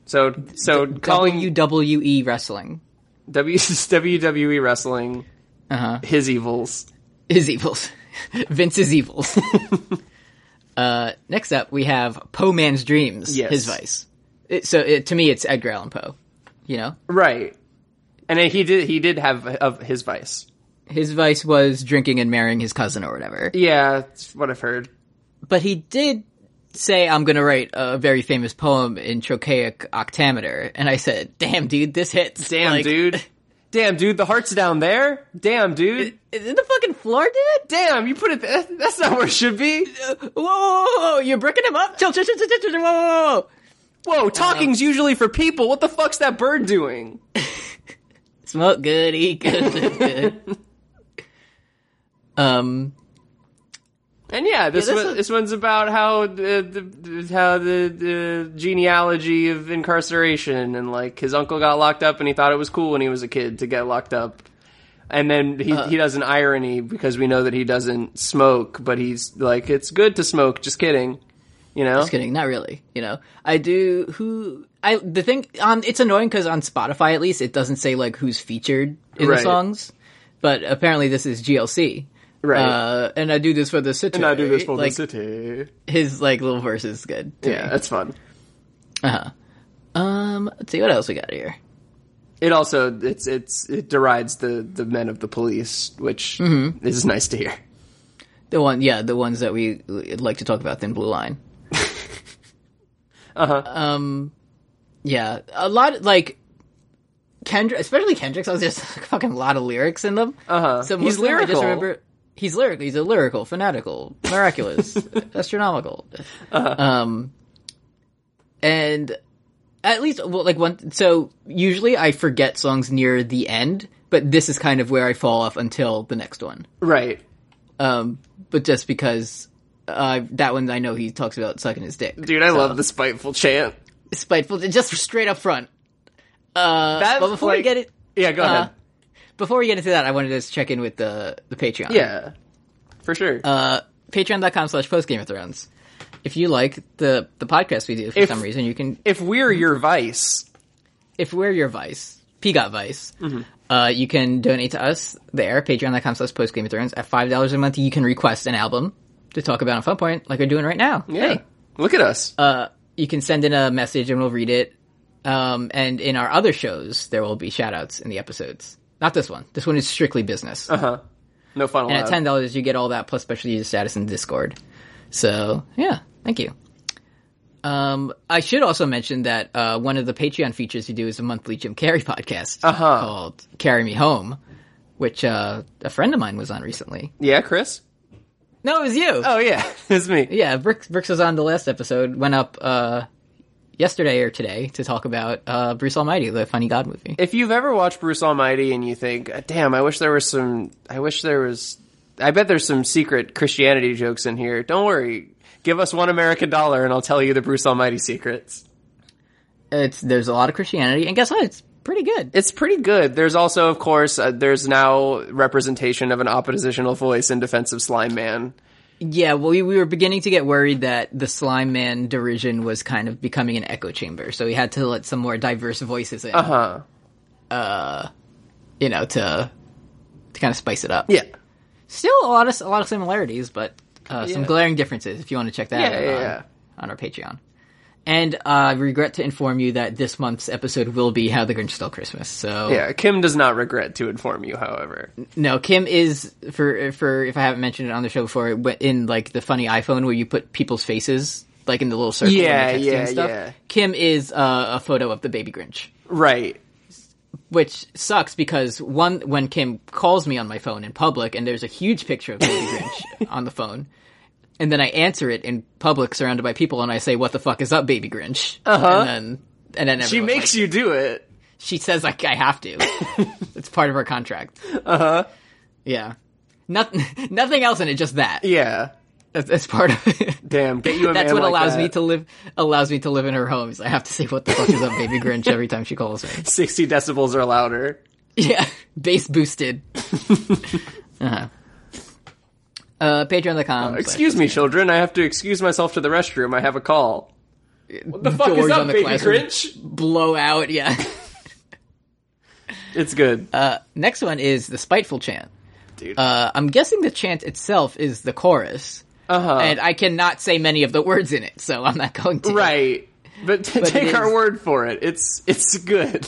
C: So so calling you
B: WWE E wrestling
C: w- WWE wrestling
B: Uh-huh.
C: his evils.
B: is evils. Vince is evils. uh, next up, we have Poe Man's Dreams.
C: Yes.
B: His vice. It, so it, to me, it's Edgar Allan Poe. You know,
C: Right. And then he did he did have of his vice.
B: his vice was drinking and marrying his cousin or whatever.
C: Yeah, that's what I've heard.
B: but he did say I'm going to write a very famous poem in trochaic octameter, and I said, "Damn, dude, this hits."
C: Damn,
B: Like,
C: dude. Damn, dude, the heart's down there. Damn, dude.
B: Is it the fucking floor, dude?
C: Damn, you put it. Th- that's not where it should be.
B: Whoa, whoa, whoa, whoa, you're bricking him up. Chill, chill, chill, chill, chill, chill, chill, whoa, whoa, whoa.
C: Whoa, talking's usually for people. What the fuck's that bird doing?
B: Smoke good, eat good, live good. um,
C: And yeah, this
B: this
C: one,
B: one-
C: this one's about how uh, the, the how the, the genealogy of incarceration and like his uncle got locked up and he thought it was cool when he was a kid to get locked up. And then he
B: Uh.
C: he does an irony because we know that he doesn't smoke, but he's like it's good to smoke, just kidding. You know?
B: Just kidding, not really. You know, I do. Who I the thing? Um, it's annoying because on Spotify at least it doesn't say like who's featured in
C: Right.
B: the songs, but apparently this is GLC.
C: Right.
B: Uh, and I do this for the city.
C: And I do this for
B: like,
C: the city.
B: His like little verse is good.
C: Yeah, that's fun.
B: Uh huh. Um. Let's see what else we got here.
C: It also it's it's it derides the the men of the police, which
B: Mm-hmm.
C: is nice to hear.
B: The one, yeah, the ones that we uh, like to talk about. Thin Blue Line.
C: Uh huh.
B: Um. Yeah, a lot like. Kendrick, especially Kendrick songs, there's a fucking lot of lyrics in them.
C: Uh-huh.
B: So most of
C: He's
B: them I
C: lyrical.
B: just remember he's lyrical. He's a lyrical, fanatical, miraculous, astronomical.
C: Uh-huh.
B: Um, and at least well, like one. So usually I forget songs near the end, but this is kind of where I fall off until the next one.
C: right.
B: Um, but just because uh, that one I know he talks about sucking his dick,
C: Dude, I
B: So,
C: love the spiteful chant.
B: spiteful, just straight up front. Uh,
C: That,
B: but before we
C: like-
B: get it,
C: Yeah, go
B: Uh,
C: ahead.
B: before we get into that, I wanted to just check in with the the Patreon.
C: Yeah, for sure.
B: uh, patreon.com slash post Game of Thrones. If you like the, the podcast we do for
C: If-
B: some reason, you can,
C: if we're your vice,
B: if we're your vice, got Vice,
C: Mm-hmm.
B: uh, you can donate to us there, patreon.com slash post Game of Thrones. At $5 a month, you can request an album to talk about on Fun Point, like we're doing right now.
C: yeah,
B: Hey.
C: look at us.
B: Uh, you can send in a message and we'll read it. Um, and in our other shows, there will be shout outs in the episodes. Not this one. This one is strictly business.
C: no fun
B: And
C: allowed.
B: at ten dollars, you get all that plus special user status in Discord. So yeah, thank you. Um, I should also mention that uh, one of the Patreon features you do is a monthly Jim Carrey podcast called "Carry Me Home," which uh, a friend of mine was on recently.
C: yeah, Chris.
B: No, it was you.
C: Oh yeah, it's me.
B: Yeah, Brooks, Brooks was on the last episode. Went up uh, yesterday or today to talk about uh, Bruce Almighty, the Funny God movie.
C: If you've ever watched Bruce Almighty and you think, "Ah, "Damn, I wish there was some," I wish there was. I bet there's some secret Christianity jokes in here. Don't worry. Give us one American dollar and I'll tell you the Bruce Almighty secrets.
B: It's there's a lot of Christianity, and guess what? It's pretty good.
C: It's pretty good. There's also, of course, uh, there's now representation of an oppositional voice in defense of Slime Man.
B: Yeah, well, we, we were beginning to get worried that the slime man derision was kind of becoming an echo chamber, so we had to let some more diverse voices in, uh,
C: Uh huh.
B: you know, to to kind of spice it up.
C: Yeah.
B: still a lot of a lot of similarities, but uh, some
C: Yeah.
B: glaring differences. If you want to check that
C: Yeah,
B: out
C: yeah,
B: on,
C: yeah.
B: on our Patreon. And uh, I regret to inform you that this month's episode will be How the Grinch Stole Christmas. So
C: Yeah, Kim does not regret to inform you, however.
B: no, Kim is for for if I haven't mentioned it on the show before, it went in like the funny iPhone where you put people's faces like in the little circle. when you
C: Yeah,
B: text you and
C: yeah,
B: stuff.
C: yeah.
B: Kim is uh, a photo of the baby Grinch,
C: Right.
B: which sucks because one when Kim calls me on my phone in public and there's a huge picture of baby Grinch on the phone. And then I answer it in public, surrounded by people, and I say, "What the fuck is up, baby Grinch?" Uh-huh. And then, and then
C: She
B: everyone's like,
C: makes you do it.
B: she says like I have to. it's part of our contract. Uh huh.
C: Uh-huh.
B: Yeah. Nothing. Nothing else in it. Just that.
C: Yeah.
B: That's, that's part of it.
C: Damn, get you a
B: That's
C: man
B: what
C: like
B: allows
C: that.
B: me to live. Allows me to live in her home. Is I have to say what the fuck is up, baby Grinch, every time she calls me.
C: 60 decibels or louder.
B: Yeah. Bass boosted. uh-huh. Uh, patreon.com.
C: Excuse me, children. I have to excuse myself to the restroom. I have a call. What the fuck
B: doors
C: is up,
B: on the
C: baby
B: classroom.
C: Grinch?
B: Blow out. Yeah.
C: It's good.
B: Uh, next one is the spiteful chant.
C: Dude.
B: Uh, I'm guessing the chant itself is the chorus.
C: Uh-huh.
B: and I cannot say many of the words in it, so I'm not going to.
C: right. But, t- take
B: it
C: our
B: is-
C: word for it. It's it's good.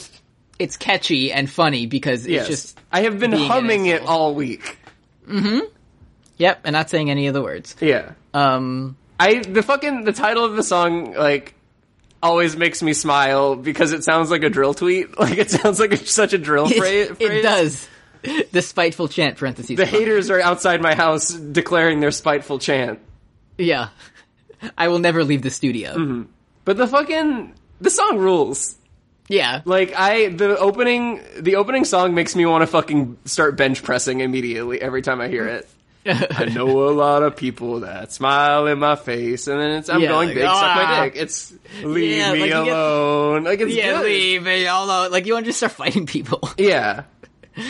B: It's catchy and funny because it's
C: Yes.
B: just
C: I have been
B: being an
C: humming it
B: asshole.
C: all week.
B: yep, and not saying any of the words.
C: Yeah.
B: Um,
C: I the fucking the title of the song like always makes me smile because it sounds like a drill tweet. Like it sounds like such a drill phra- phrase.
B: It, it does. The spiteful chant parentheses.
C: The haters are outside my house declaring their spiteful chant.
B: yeah. I will never leave the studio.
C: Mm-hmm. But the fucking the song rules.
B: Yeah.
C: Like I the opening the opening song makes me want to fucking start bench pressing immediately every time I hear it. I know a lot of people that smile in my face, and then it's I'm
B: Yeah,
C: going
B: like,
C: big, suck
B: "Ah."
C: my dick. It's leave
B: Yeah,
C: me
B: like, you get-
C: alone. like it's
B: yeah,
C: good.
B: leave me alone. Like you want to just start fighting people.
C: Yeah.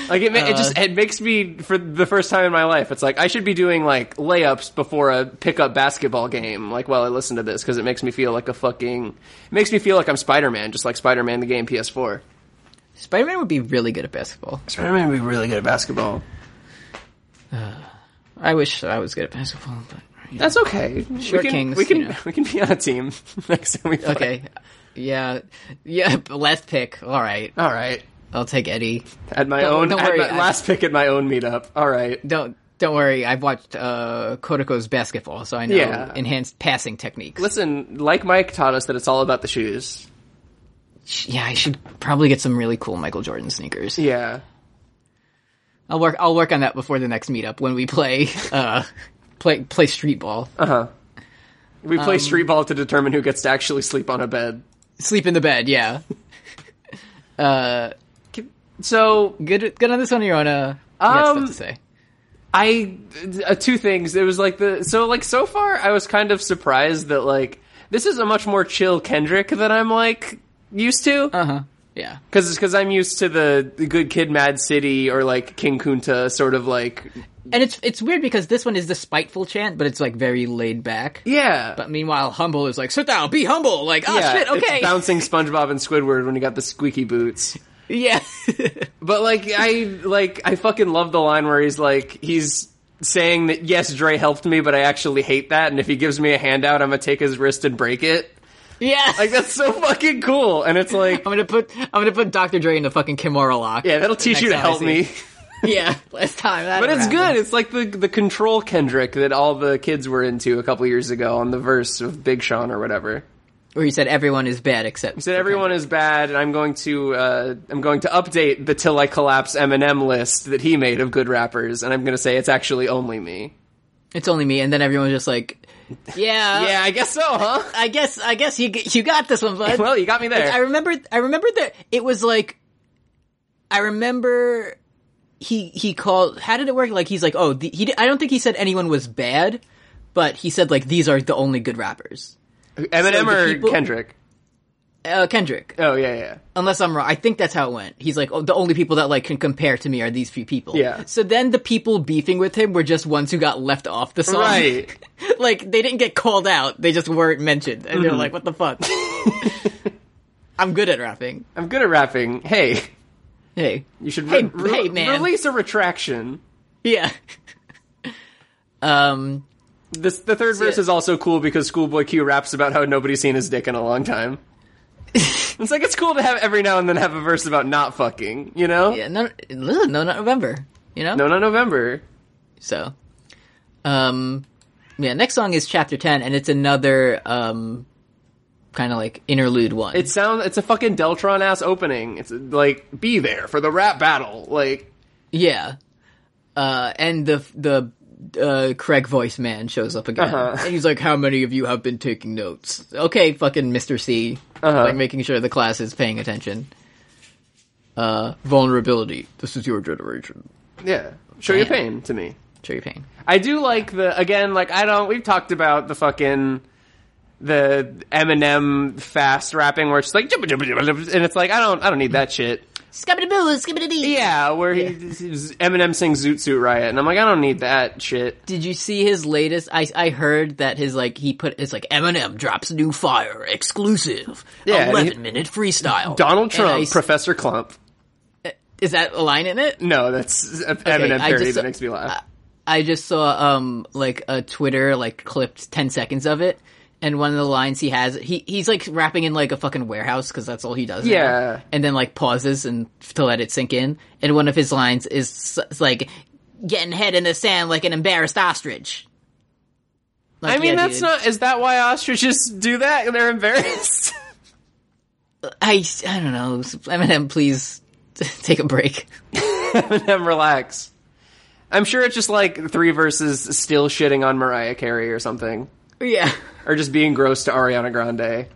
C: Like it, ma- it just it makes me for the first time in my life. It's like I should be doing like layups before a pickup basketball game. Like while I listen to this because it makes me feel like a fucking it makes me feel like I'm Spider Man, just like Spider Man the game PS4.
B: Spider Man would be really good at basketball.
C: Spider Man would be really good at basketball.
B: I wish I was good at basketball, but yeah.
C: That's okay.
B: Short
C: we can,
B: kings,
C: We can
B: you know.
C: we can be on a team next time we play.
B: okay. Yeah, yeah. Last pick. All right,
C: All right.
B: I'll take Eddie.
C: At my
B: Don't-
C: own
B: don't
C: at
B: worry,
C: my-
B: I-
C: last pick at my own meetup. All right.
B: Don't don't worry. I've watched uh, Kodako's basketball, so I know
C: Yeah.
B: enhanced passing techniques.
C: Listen, like Mike taught us that it's all about the shoes.
B: Yeah, I should probably get some really cool Michael Jordan sneakers.
C: Yeah.
B: I'll work. I'll work on that before the next meetup when we play. Uh, play play street ball.
C: Uh. We play
B: Um,
C: street ball to determine who gets to actually sleep on a bed.
B: Sleep in the bed. Yeah.
C: So
B: Good. Good on this one, Yorona. You got
C: Um,
B: stuff to say.
C: I uh, two things. It was like the so like so far I was kind of surprised that like this is a much more chill Kendrick than I'm like used to
B: Uh huh. Yeah.
C: because because I'm used to the, the good kid Mad City or like King Kunta sort of like
B: And it's it's weird because this one is the spiteful chant, but it's like very laid back.
C: yeah
B: But meanwhile, humble is like sit down, be humble. Like oh
C: yeah
B: shit,
C: it's
B: okay,
C: bouncing SpongeBob and Squidward when he got the squeaky boots.
B: yeah,
C: But like I like I fucking love the line where he's like he's saying that yes Dre helped me but I actually hate that and if he gives me a handout I'm gonna take his wrist and break it.
B: yeah.
C: Like that's so fucking cool and it's like
B: I'm gonna put I'm gonna put Dr. Dre in the fucking Kimura lock.
C: yeah that'll teach you to
B: Next time I
C: help
B: see
C: me.
B: it. yeah. Last time, that
C: But
B: ever
C: it's
B: happened.
C: good. It's like the the control Kendrick that all the kids were into a couple years ago on the verse of Big Sean or whatever.
B: Where you said everyone is bad except
C: Said everyone is bad and I'm going to uh, I'm going to update the till I collapse Eminem list that he made of good rappers and I'm going to say it's actually only me.
B: It's only me, and then everyone's just like, yeah,
C: Yeah, I guess so, huh?
B: I guess I guess you g- you got this one, bud.
C: Well, you got me there.
B: I remember I remember that it was like I remember he he called how did it work like he's like oh the, he di- I don't think he said anyone was bad but he said like these are the only good rappers
C: Eminem
B: So the
C: or
B: people-
C: Kendrick?
B: uh, Kendrick
C: Oh yeah, yeah.
B: unless I'm wrong I think that's how it went he's like oh the only people that like can compare to me are these few people
C: Yeah.
B: so then the people beefing with him were just ones who got left off the song
C: Right.
B: like they didn't get called out they just weren't mentioned and
C: Mm-hmm.
B: they're like what the fuck I'm good at rapping
C: I'm good at rapping. Hey,
B: hey
C: you should
B: Hey,
C: re- re-
B: hey, man.
C: release a retraction.
B: yeah um.
C: This, the third verse
B: it.
C: is also cool because Schoolboy Q raps about how nobody's seen his dick in a long time. it's like it's cool to have every now and then have a verse about not fucking, you know?
B: Yeah, no, listen, no, not November. You know,
C: No, not November.
B: so, um, yeah. Next song is Chapter Ten, and it's another um, kind of like interlude one.
C: It sounds it's a fucking Deltron ass opening. It's like be there for the rap battle. Like
B: yeah, uh, and the the uh, Craig voice man shows up again,
C: Uh-huh.
B: and he's like, "How many of you have been taking notes?" Okay, fucking Mister C,
C: Uh-huh.
B: like making sure the class is paying attention. Uh, vulnerability. This is your generation.
C: yeah, show your
B: Damn.
C: pain to me.
B: Cherry Payne.
C: I do like the again, like I don't. We've talked about the fucking the Eminem fast rapping where it's just like "Jibba, jibba, jibba," and it's like I don't, I don't need that shit.
B: Skibbity boo, skibbity dee.
C: Yeah, where he Eminem sings Zoot Suit Riot, and I'm like I don't need that shit.
B: Did you see his latest? I I heard that his like he put it's like Eminem drops new fire exclusive
C: Yeah, and
B: eleven
C: he-
B: minute freestyle. And
C: Donald
B: I
C: Trump,
B: s-
C: Professor Clump.
B: is that a line in it?
C: No, that's an Eminem
B: I
C: parody
B: just-
C: that makes me laugh.
B: I just saw um like a Twitter like clipped ten seconds of it, and one of the lines he has he he's like rapping in like a fucking warehouse because that's all he does. now.
C: Yeah.
B: and then like pauses and to let it sink in, and one of his lines is s- like getting head in the sand like an embarrassed ostrich. Like,
C: I mean,
B: yeah,
C: that's
B: dude.
C: not. Is that why ostriches do that? They're embarrassed.
B: I I don't know. Eminem, please take a break.
C: Eminem, relax. I'm sure it's just like three verses still shitting on Mariah Carey or something,
B: Yeah.
C: or just being gross to Ariana Grande.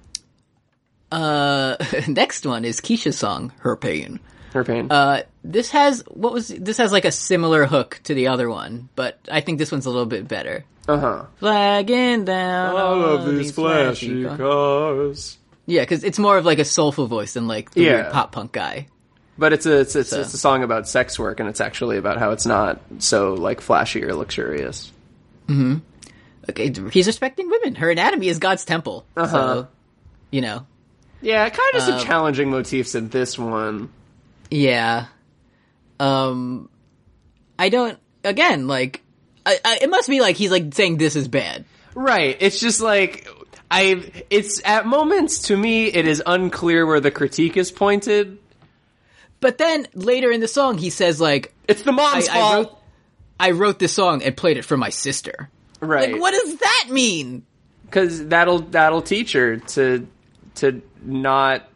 B: Uh, next one is Keisha's song "Her Pain."
C: Her pain.
B: Uh, this has what was this has like a similar hook to the other one, but I think this one's a little bit better.
C: Uh huh.
B: Flagging down all of uh, these flashy cars.
C: cars.
B: Yeah, because it's more of like a soulful voice than like the
C: Yeah.
B: weird pop punk guy.
C: But it's a it's, it's, it's a song about sex work, and it's actually about how it's not so like flashy or luxurious.
B: Okay, he's respecting women. Her anatomy is God's temple. So, you know,
C: Yeah, kind of some challenging motifs in this one.
B: yeah. Um, I don't. Again, like, I, I, it must be like he's like saying this is bad.
C: Right. It's just like I. It's at moments to me, it is unclear where the critique is pointed.
B: But then later in the song, he says like,
C: It's the mom's
B: I- I
C: fault.
B: wrote- "I wrote this song and played it for my sister."
C: right.
B: Like, what does that mean?
C: because that'll that'll teach her to to not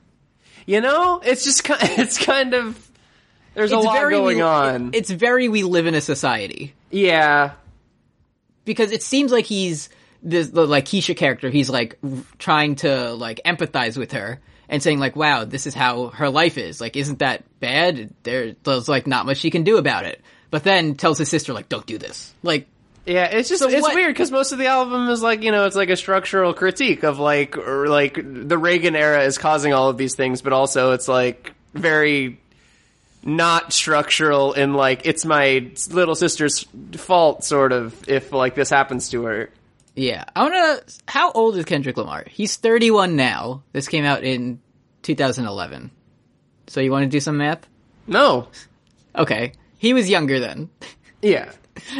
C: you know it's just kind it's kind of there's a
B: It's
C: lot
B: very-
C: going on
B: It's very we live in a society.
C: yeah
B: because it seems like he's this the like Keisha character. He's like r- trying to like empathize with her and saying like, "Wow, this is how her life is. Like, isn't that bad? There, there's like not much she can do about it." But then tells his sister like, "Don't do this." Like,
C: yeah it's just it's
B: what-
C: weird because most of the album is like you know it's like a structural critique of like or like the reagan era is causing all of these things but also it's like very not structural in like it's my little sister's fault sort of if like this happens to her
B: yeah, I wanna. How old is Kendrick Lamar? He's 31 now. This came out in 2011. So you want to do some math?
C: no
B: Okay, he was younger then.
C: Yeah,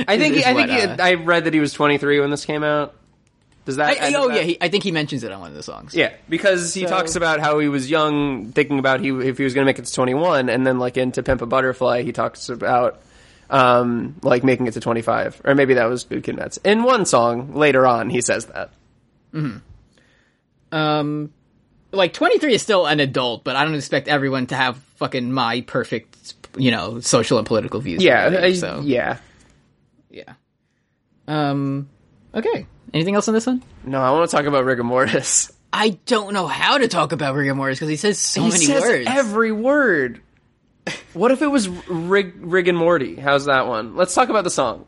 C: I think
B: is
C: I think
B: what,
C: he,
B: uh,
C: I read that he was 23 when this came out. Does that?
B: I,
C: does
B: oh
C: that-
B: yeah, he, I think he mentions it on one of the songs.
C: yeah, because he talks about how he was young, thinking about he if he was going to make it to 21, and then like in To Pimp a Butterfly, he talks about um like making it to 25, or maybe that was Good Kid, Mad City. In one song later on, he says that.
B: um like 23 is still an adult but i don't expect everyone to have fucking my perfect you know social and political views
C: Yeah,
B: about it,
C: I-
B: so
C: yeah.
B: yeah um okay anything else on this one
C: No, I want to talk about rigor mortis.
B: i don't know how to talk about rigor mortis because he says so
C: he
B: many
C: says
B: words
C: every word. What if it was Rig, Rig and Morty? How's that one? Let's talk about the song.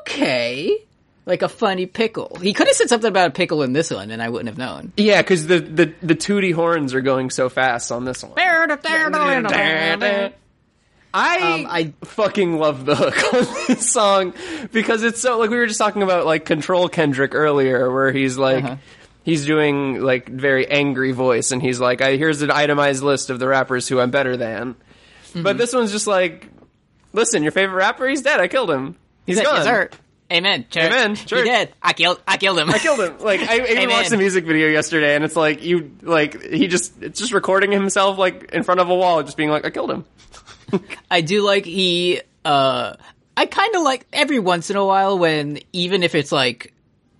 B: okay like a funny pickle he could have said something about a pickle in this one and i wouldn't have known
C: Yeah, because the, the the tootie horns are going so fast on this one. I,
B: I-
C: Um, fucking love the hook on this song because it's so like we were just talking about like Control Kendrick earlier, where he's like. He's doing like very angry voice, and he's like, I, "Here's an itemized list of the rappers who I'm better than." But this one's just like, "Listen, your favorite rapper, he's dead. I killed him. He's
B: Yes,
C: gone.
B: sir. amen church.
C: Amen,
B: he
C: church.
B: did i killed i killed him
C: I killed him. Like I, I even
B: Amen.
C: watched the music video yesterday, and it's like you, like he just, it's just recording himself like in front of a wall, just being like, "I killed him."
B: I do like he uh I kind of like every once in a while when even if it's like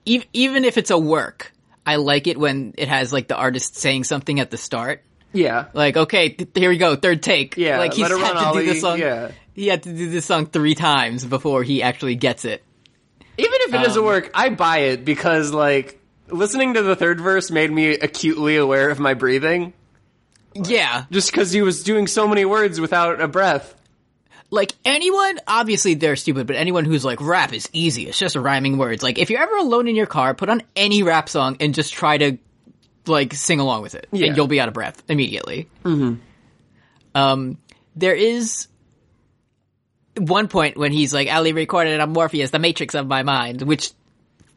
B: ev- even if it's a work I like it when it has like the artist saying something at the start
C: Yeah,
B: like okay th- here we go third take
C: Yeah,
B: like he's
C: let it
B: had
C: run,
B: to do
C: Ollie.
B: this song
C: Yeah.
B: he had to do this song 3 times before he actually gets it
C: even if it doesn't work, I buy it because like listening to the third verse made me acutely aware of my breathing,
B: yeah
C: just because he was doing so many words without a breath.
B: like anyone obviously they're stupid but anyone who's like rap is easy it's just rhyming words like if you're ever alone in your car put on any rap song and just try to like sing along with it
C: Yeah.
B: and you'll be out of breath immediately mm-hmm. um there is one point when he's like ali recorded on morpheus the matrix of my mind which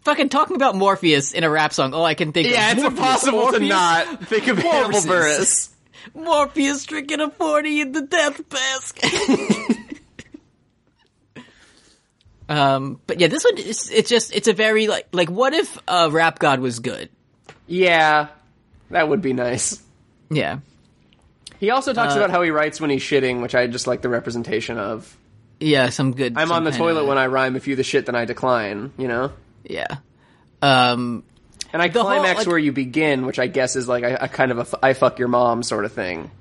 B: fucking talking about morpheus in a rap song all i can think
C: Yeah,
B: of
C: it's
B: Morpheus,
C: impossible to
B: Morpheus,
C: not think of Hannibal
B: Morpheus.
C: Burris.
B: Morpheus drinking a 40 in the death basket. um, but yeah, this one is, it's just, it's a very like, like what if, uh, Rap God was good?
C: Yeah, that would be nice. Uh,
B: Yeah.
C: He also talks about how he writes when he's shitting, which I just like the representation of.
B: Yeah, some good.
C: I'm
B: some
C: on the
B: kinda-
C: toilet when I rhyme. If you the shit, then I decline. You know.
B: Yeah. Um,
C: And I
B: The whole,
C: climax
B: like-
C: where you begin, which I guess is like a, a kind of a f- I fuck your mom sort of thing.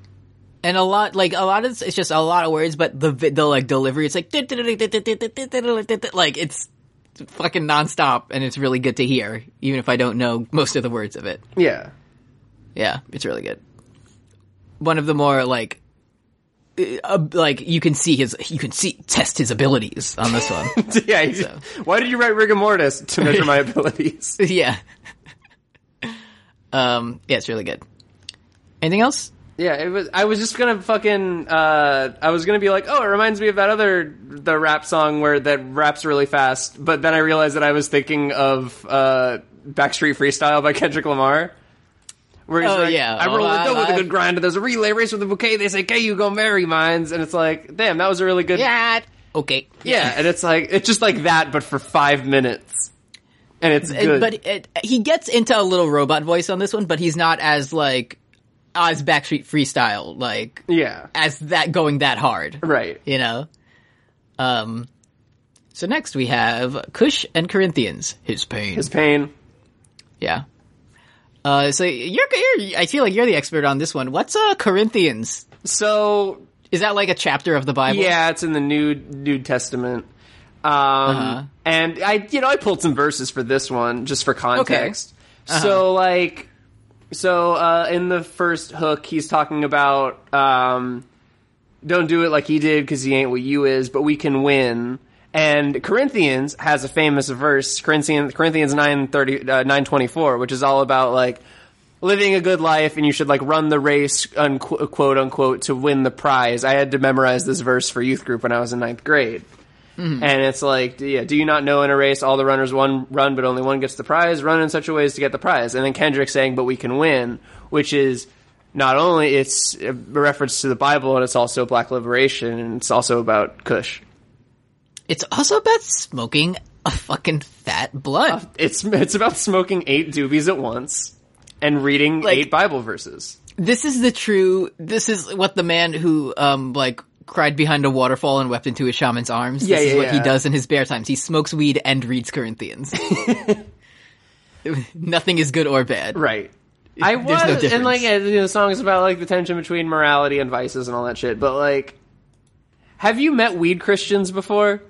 B: and a lot like a lot of it's just a lot of words, but the vi- the like delivery, it's like like it's fucking nonstop, and it's really good to hear, even if I don't know most of the words of it.
C: Yeah.
B: Yeah, it's really good. One of the more like, uh, uh, like you can see his, you can see test his abilities on this one.
C: yeah. he- Why did you write rigor mortis to measure my abilities?
B: yeah. Um. Yeah, it's really good. Anything else?
C: Yeah, it was. I was just gonna fucking. Uh, I was gonna be like, oh, it reminds me of that other the rap song where that raps really fast. But then I realized that I was thinking of uh, Backstreet Freestyle by Kendrick Lamar. Where he's
B: Oh,
C: like,
B: yeah.
C: I roll
B: Well,
C: the dough with
B: I-
C: a good grinder. There's a relay race with a bouquet. They say, "Hey, you go marry mines," and it's like, damn, that was a really good.
B: Yeah. Okay.
C: yeah. And it's like it's just like that, but for five minutes, and it's
B: And-
C: good.
B: But it, he gets into a little robot voice on this one, but he's not as like as Backstreet Freestyle like
C: yeah,
B: as that going that hard,
C: right.
B: you know. Um. So next we have Cush and Corinthians. His pain.
C: His pain.
B: yeah. Uh, so you're, you're, I feel like you're the expert on this one. What's uh Corinthians?
C: So
B: Is that like a chapter of the Bible?
C: Yeah, it's in the New New Testament. Um, And I, you know, I pulled some verses for this one just for context. So like, so uh, in the first hook, he's talking about um, don't do it like he did because he ain't what you is, but we can win. And Corinthians has a famous verse, Corinthians Corinthians nine thirty uh, nine twenty four, which is all about like living a good life and you should like run the race unquote quote, unquote to win the prize i had to memorize this verse for youth group when i was in ninth grade and it's like yeah do you not know in a race all the runners one run but only one gets the prize run in such a way as to get the prize and then kendrick saying but we can win which is not only it's a reference to the bible and it's also black liberation and it's also about kush
B: It's also about smoking a fucking fat blunt.
C: it's it's about smoking eight doobies at once and reading
B: Like-
C: eight bible verses
B: this is the true. This is what the man who, um, like cried behind a waterfall and wept into his shaman's arms.
C: Yeah,
B: this is
C: yeah,
B: what he
C: yeah.
B: does in his spare times. He smokes weed and reads Corinthians. Nothing is good or bad.
C: Right. I
B: There's
C: was,
B: no
C: and
B: difference.
C: like yeah, you know, the song is about like the tension between morality and vices and all that shit. But like, have you met weed Christians before?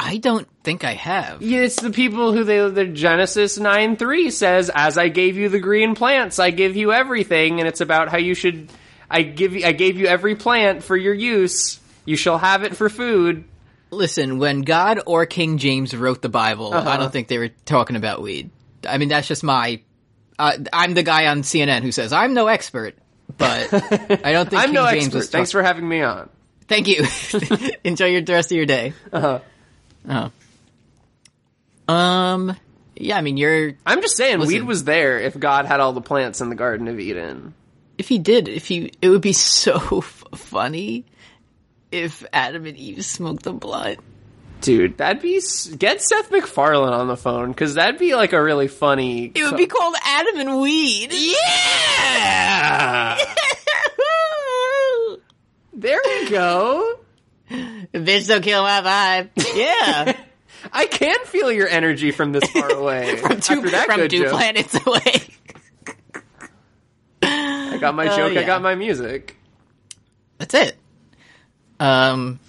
B: I don't think I have.
C: Yeah, It's the people who they the Genesis nine three says, "As I gave you the green plants, I give you everything," and it's about how you should. I give you, I gave you every plant for your use. You shall have it for food.
B: Listen, when God or King James wrote the Bible, I
C: Uh-huh.
B: don't think they were talking about weed. I mean, that's just my. Uh, I'm the guy on CNN who says I'm no expert, but I don't think
C: I'm
B: King
C: no
B: James
C: expert.
B: was.
C: Thanks
B: talking-
C: for having me on.
B: Thank you. Enjoy your the rest of your day. Uh-huh. Oh. Um. Yeah, I mean, you're.
C: I'm just saying, weed
B: Listen.
C: was there if God had all the plants in the Garden of Eden.
B: If he did, if he, it would be so f- funny if Adam and Eve smoked the blood.
C: Dude, that'd be get Seth MacFarlane on the phone because that'd be like a really funny.
B: It would be called Adam and Weed. Ah.
C: Yeah, there we go.
B: Bitch, don't kill my vibe. Yeah.
C: I can feel your energy from this far away.
B: from two,
C: After that
B: from
C: good
B: two
C: joke,
B: planets away.
C: I got my joke. I
B: Oh, yeah.
C: got my music.
B: That's it. Um.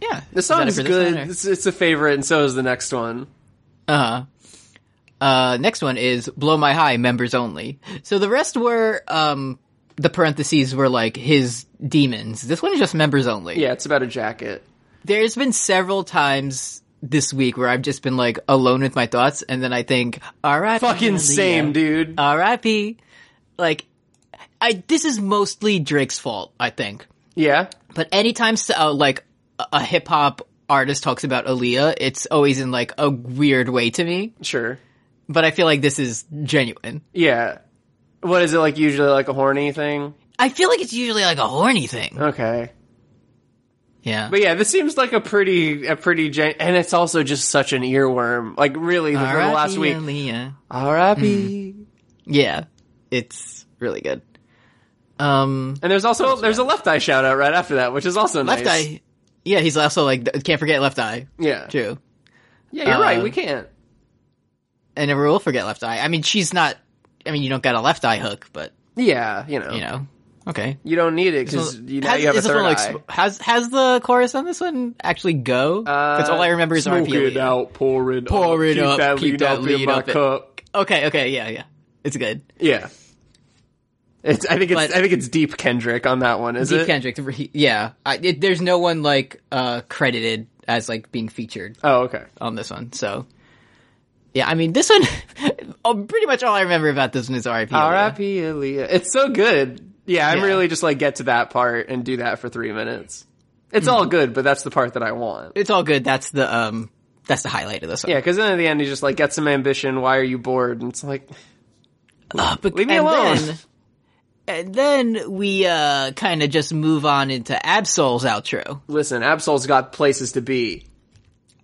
B: Yeah.
C: The song's
B: for this
C: good.
B: one, or-
C: It's, it's a favorite, and so is the next one.
B: Uh-huh. Uh, next one is Blow My High, members only. So the rest were, um, the parentheses were like his demons. This one is just members only.
C: Yeah, it's about a jacket.
B: There's been several times this week where I've just been like alone with my thoughts and then I think, alright.
C: Fucking same, dude.
B: Uh, R.I.P. Like, I, this is mostly Drake's fault, I think.
C: yeah,
B: But anytime so- uh, like a, a hip hop artist talks about Aaliyah, it's always in like a weird way to me.
C: sure.
B: But I feel like this is genuine.
C: Yeah. What is it like? Usually, like a horny thing.
B: I feel like it's usually like a horny thing.
C: Okay.
B: Yeah.
C: Uh, But yeah, this seems like a pretty, a pretty, gen- and it's also just such an earworm. Like really, from the last week. Mm.
B: Aaliyah.
C: R.I.P.
B: Yeah. It's really good. Um,
C: And there's also there's a left eye shout out right after that, which is also
B: Left
C: nice.
B: Eye. Yeah, he's also like, th- can't forget Left Eye,
C: Yeah.
B: too.
C: Yeah, you're right.
B: Uh,
C: We can't.
B: I never will forget Left Eye. I mean, she's not. I mean, you don't got a Left Eye hook, but
C: Yeah, you know.
B: you know, okay.
C: You don't need it because
B: Well,
C: you, now
B: has,
C: you have a
B: is this
C: third
B: one, like,
C: eye.
B: sm- Has has the chorus on this one actually go?
C: Uh,
B: Because all I remember is
C: Smoke
B: RP.
C: it out, pour it
B: Pour
C: up,
B: it
C: keep
B: up,
C: that
B: keep
C: lead
B: that
C: up in
B: lead
C: my
B: up.
C: cup.
B: Okay, okay, yeah, yeah, it's good.
C: Yeah. It's, I think it's
B: But-
C: I think it's Deep Kendrick on that one, is
B: Deep
C: it?
B: Kendrick, re- yeah. I, it, there's no one like uh credited as like being featured
C: oh, okay.
B: on this one, so. Yeah, I mean, this one, oh, pretty much all I remember about this one is RIP.
C: R.I.P. Aaliyah. It's so good. Yeah, I'm
B: Yeah.
C: really just like get to that part and do that for three minutes. It's all
B: Hmm.
C: good, but that's the part that I want.
B: It's all good. That's the, um, that's the highlight of this one.
C: Yeah, because then at the end he's just like, get some ambition. Why are you bored? And it's like,
B: Uh, but,
C: Leave me
B: and
C: alone.
B: Then, and then we uh, kind of just move on into Absol's outro.
C: listen, Absol's got places to be.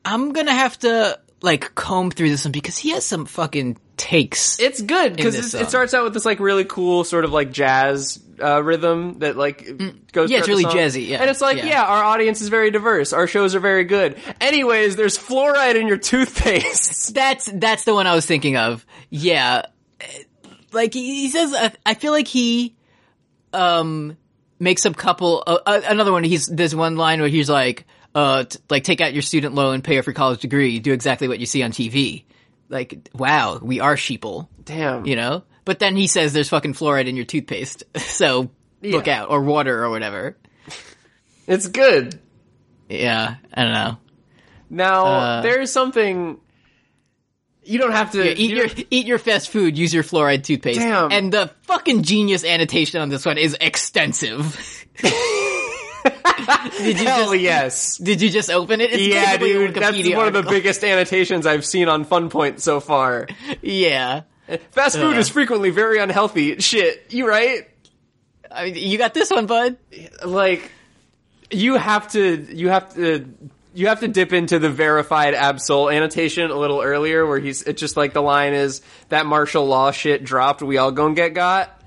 B: I'm gonna have to like comb through this one because he has some fucking takes.
C: It's good because
B: this
C: it
B: song.
C: starts out with this like really cool sort of like jazz uh, rhythm that like goes.
B: Mm. Yeah, it's
C: throughout the
B: really
C: song.
B: jazzy, yeah.
C: and it's like, yeah.
B: Yeah.
C: our audience is very diverse. Our shows are very good. Anyways, there's fluoride in your toothpaste.
B: that's that's the one I was thinking of. Yeah, Eh, like he, he says, uh, I feel like he um makes a couple. Uh, uh, another one. He's there's one line where he's like, uh, t- like take out your student loan, pay off your college degree, do exactly what you see on TV. Like, wow, we are sheeple.
C: Damn.
B: you know. But then he says there's fucking fluoride in your toothpaste, so look
C: Yeah.
B: out or water or whatever.
C: It's good.
B: Yeah, I don't know.
C: Now
B: Uh,
C: there's something. You don't have to
B: Eat
C: you
B: your
C: don't-
B: eat your fast food, use your fluoride toothpaste.
C: Damn.
B: And the fucking genius annotation on this one is extensive. did you
C: Hell
B: just
C: yes.
B: did you just open it? It's
C: Yeah,
B: basically a
C: dude, that's
B: Wikipedia
C: one of the
B: article.
C: biggest annotations I've seen on Fun Point so far.
B: Yeah.
C: Fast food
B: Uh.
C: is frequently very unhealthy. Shit, you right?
B: I mean, you got this one, bud.
C: like you have to you have to you have to dip into the verified absol annotation a little earlier where he's it's just like the line is that martial law shit dropped we all gonna get got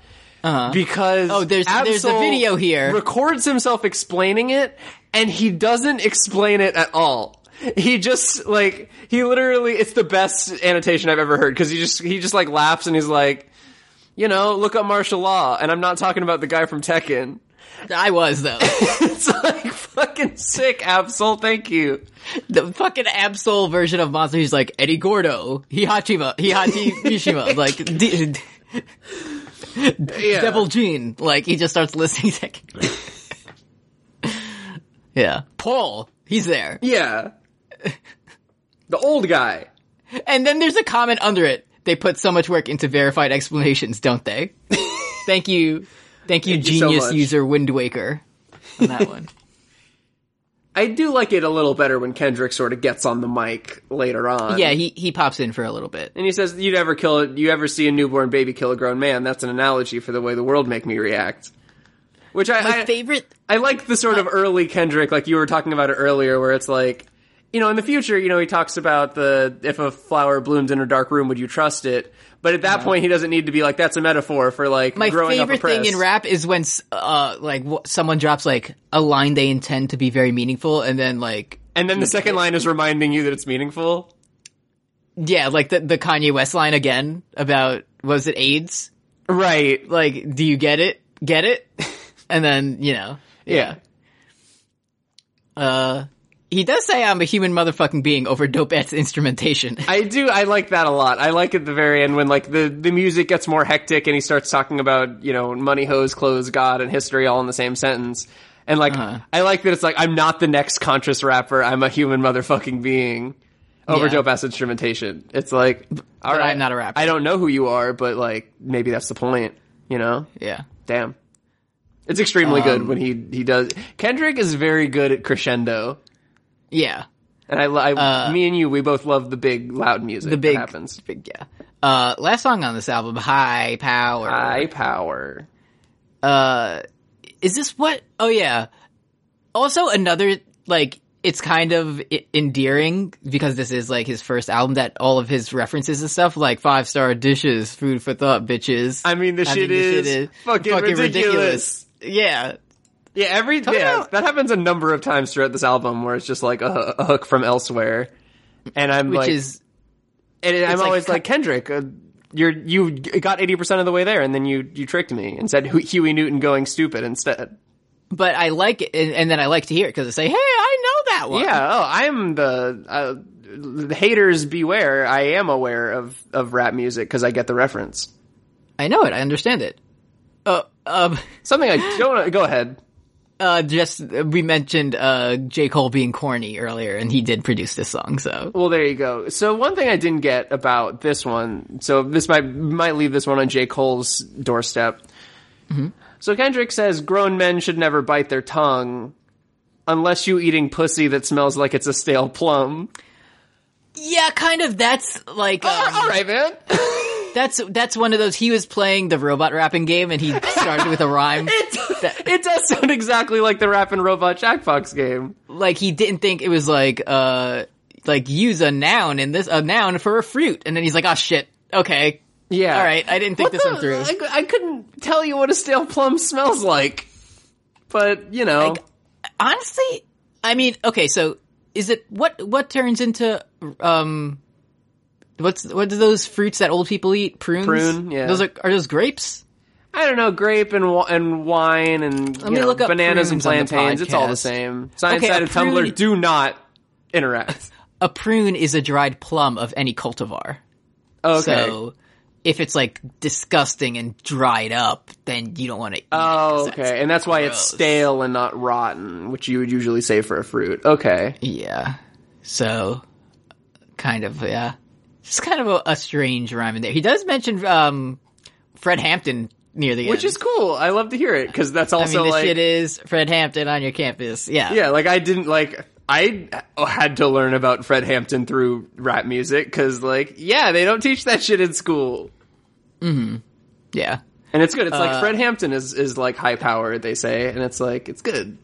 B: Uh-huh.
C: because
B: Oh, there's- there's a
C: Absol
B: video here.
C: records himself explaining it and he doesn't explain it at all he just like he literally it's the best annotation i've ever heard because he just he just like laughs and he's like you know look up martial law and i'm not talking about the guy from tekken
B: I was though.
C: it's like fucking sick, Absol. Thank you.
B: the fucking Absol version of Monster. He's like Eddie Gordo, Hihachima, Hihachi Mishima, like D-
C: Yeah.
B: Devil Gene. Like he just starts listening. yeah, Paul, he's there,
C: Yeah. The old guy.
B: and then there's a comment under it. They put so much work into verified explanations, don't they? Thank you, thank you,
C: you so
B: genius
C: much.
B: user Wind Waker on that one.
C: I do like it a little better when Kendrick sort of gets on the mic later on.
B: yeah, he he pops in for a little bit.
C: And he says, "You never kill. You ever see a newborn baby kill a grown man? That's an analogy for the way the world make me react." Which I
B: My
C: I,
B: favorite
C: I like the sort of early Kendrick, like you were talking about it earlier, where it's like, you know, in the future, you know, he talks about the if a flower blooms in a dark room, would you trust it? But at that point, he doesn't need to be like that's a metaphor for like
B: my
C: growing up
B: favorite
C: oppressed.
B: thing in rap is when uh like w- someone drops like a line they intend to be very meaningful and then like
C: And then the second line is reminding you that it's meaningful.
B: yeah like the the Kanye West line again about was it AIDS
C: Right.
B: like do you get it get it and then you know
C: Yeah.
B: uh he does say I'm a human motherfucking being over dope ass instrumentation
C: I do. I like that a lot. I like at the very end when like the the music gets more hectic and he starts talking about you know money, hose, clothes, God, and history all in the same sentence. And like
B: Uh-huh.
C: I like that it's like I'm not the next conscious rapper. I'm a human motherfucking being. Over
B: Yeah.
C: dope ass instrumentation. It's like all right,
B: I'm not a rapper.
C: I don't know who you are, but like maybe that's the point. You know.
B: yeah
C: Damn. It's extremely
B: Um,
C: good when he he does. Kendrick is very good at crescendo.
B: yeah
C: And I, lo- I me and you, we both love Uh, the big loud music.
B: the big
C: that happens.
B: big yeah uh last song on this album High Power
C: High power.
B: uh is this what oh yeah also another like it's kind of e- endearing because this is like his first album that all of his references and stuff like five star dishes food for thought bitches
C: I mean, the
B: I
C: shit,
B: mean, this
C: is,
B: shit
C: fucking, ridiculous.
B: yeah
C: Yeah, every yeah,
B: out.
C: that happens a number of times throughout this album, where it's just like a, a hook from elsewhere, and I'm
B: which
C: like,
B: is
C: and I'm
B: like
C: always
B: cut-
C: like Kendrick. Uh, you're you got eighty percent of the way there, and then you you tricked me and said Hu- Huey Newton going stupid instead.
B: But I like it, and, and then I like to hear it because I say, "Hey, I know that one."
C: Yeah. Oh, I'm the uh, the haters beware. I am aware of of rap music because I get the reference.
B: I know it. I understand it. Uh, um,
C: Something I don't. go ahead.
B: uh, just we mentioned uh J Cole being corny earlier, and he did produce this song. So
C: Well, there you go. So one thing I didn't get about this one, so this might might leave this one on J. Cole's doorstep. Mm-hmm. So Kendrick says grown men should never bite their tongue unless you eating pussy that smells like it's a stale plum.
B: yeah, kind of. That's like um,
C: All right, man.
B: that's that's one of those. He was playing the robot rapping game, and he started with a rhyme.
C: it does sound exactly like the rap and robot Jackbox game.
B: like he didn't think it was like uh like use a noun in this a noun for a fruit, and then he's like, "Oh shit, okay,
C: Yeah.
B: all right, I didn't think this one through."
C: I, I couldn't tell you what a stale plum smells like, but you know,
B: Like, honestly, I mean, okay, so is it what what turns into um what's what are those fruits that old people eat? Prunes.
C: Prune, yeah.
B: Those are are those grapes?
C: I don't know, grape and wi- and wine and you
B: me
C: know,
B: look up
C: bananas and
B: prunes on the
C: plantains. It's all the
B: podcast.
C: same. Science
B: Okay,
C: side
B: a
C: of Tumblr
B: prune-
C: do not interact.
B: A prune is a dried plum of any cultivar.
C: Okay.
B: So if it's like disgusting and dried up, then you don't want to eat
C: oh,
B: it. 'cause that's-
C: okay. And that's why it's
B: gross.
C: stale and not rotten, which you would usually say for a fruit. Okay.
B: Yeah. So, kind of, yeah. It's kind of a, a strange rhyme in there. He does mention um, Fred Hampton near the end.
C: Which is cool. I love to hear it because that's
B: I mean,
C: also
B: this
C: like
B: shit is Fred Hampton on your campus. Yeah.
C: yeah, like I didn't like I had to learn about Fred Hampton through rap music because like yeah, they don't teach that shit in school.
B: Yeah.
C: And it's good. It's
B: Uh,
C: like Fred Hampton is is like high power, they say, and it's like it's good.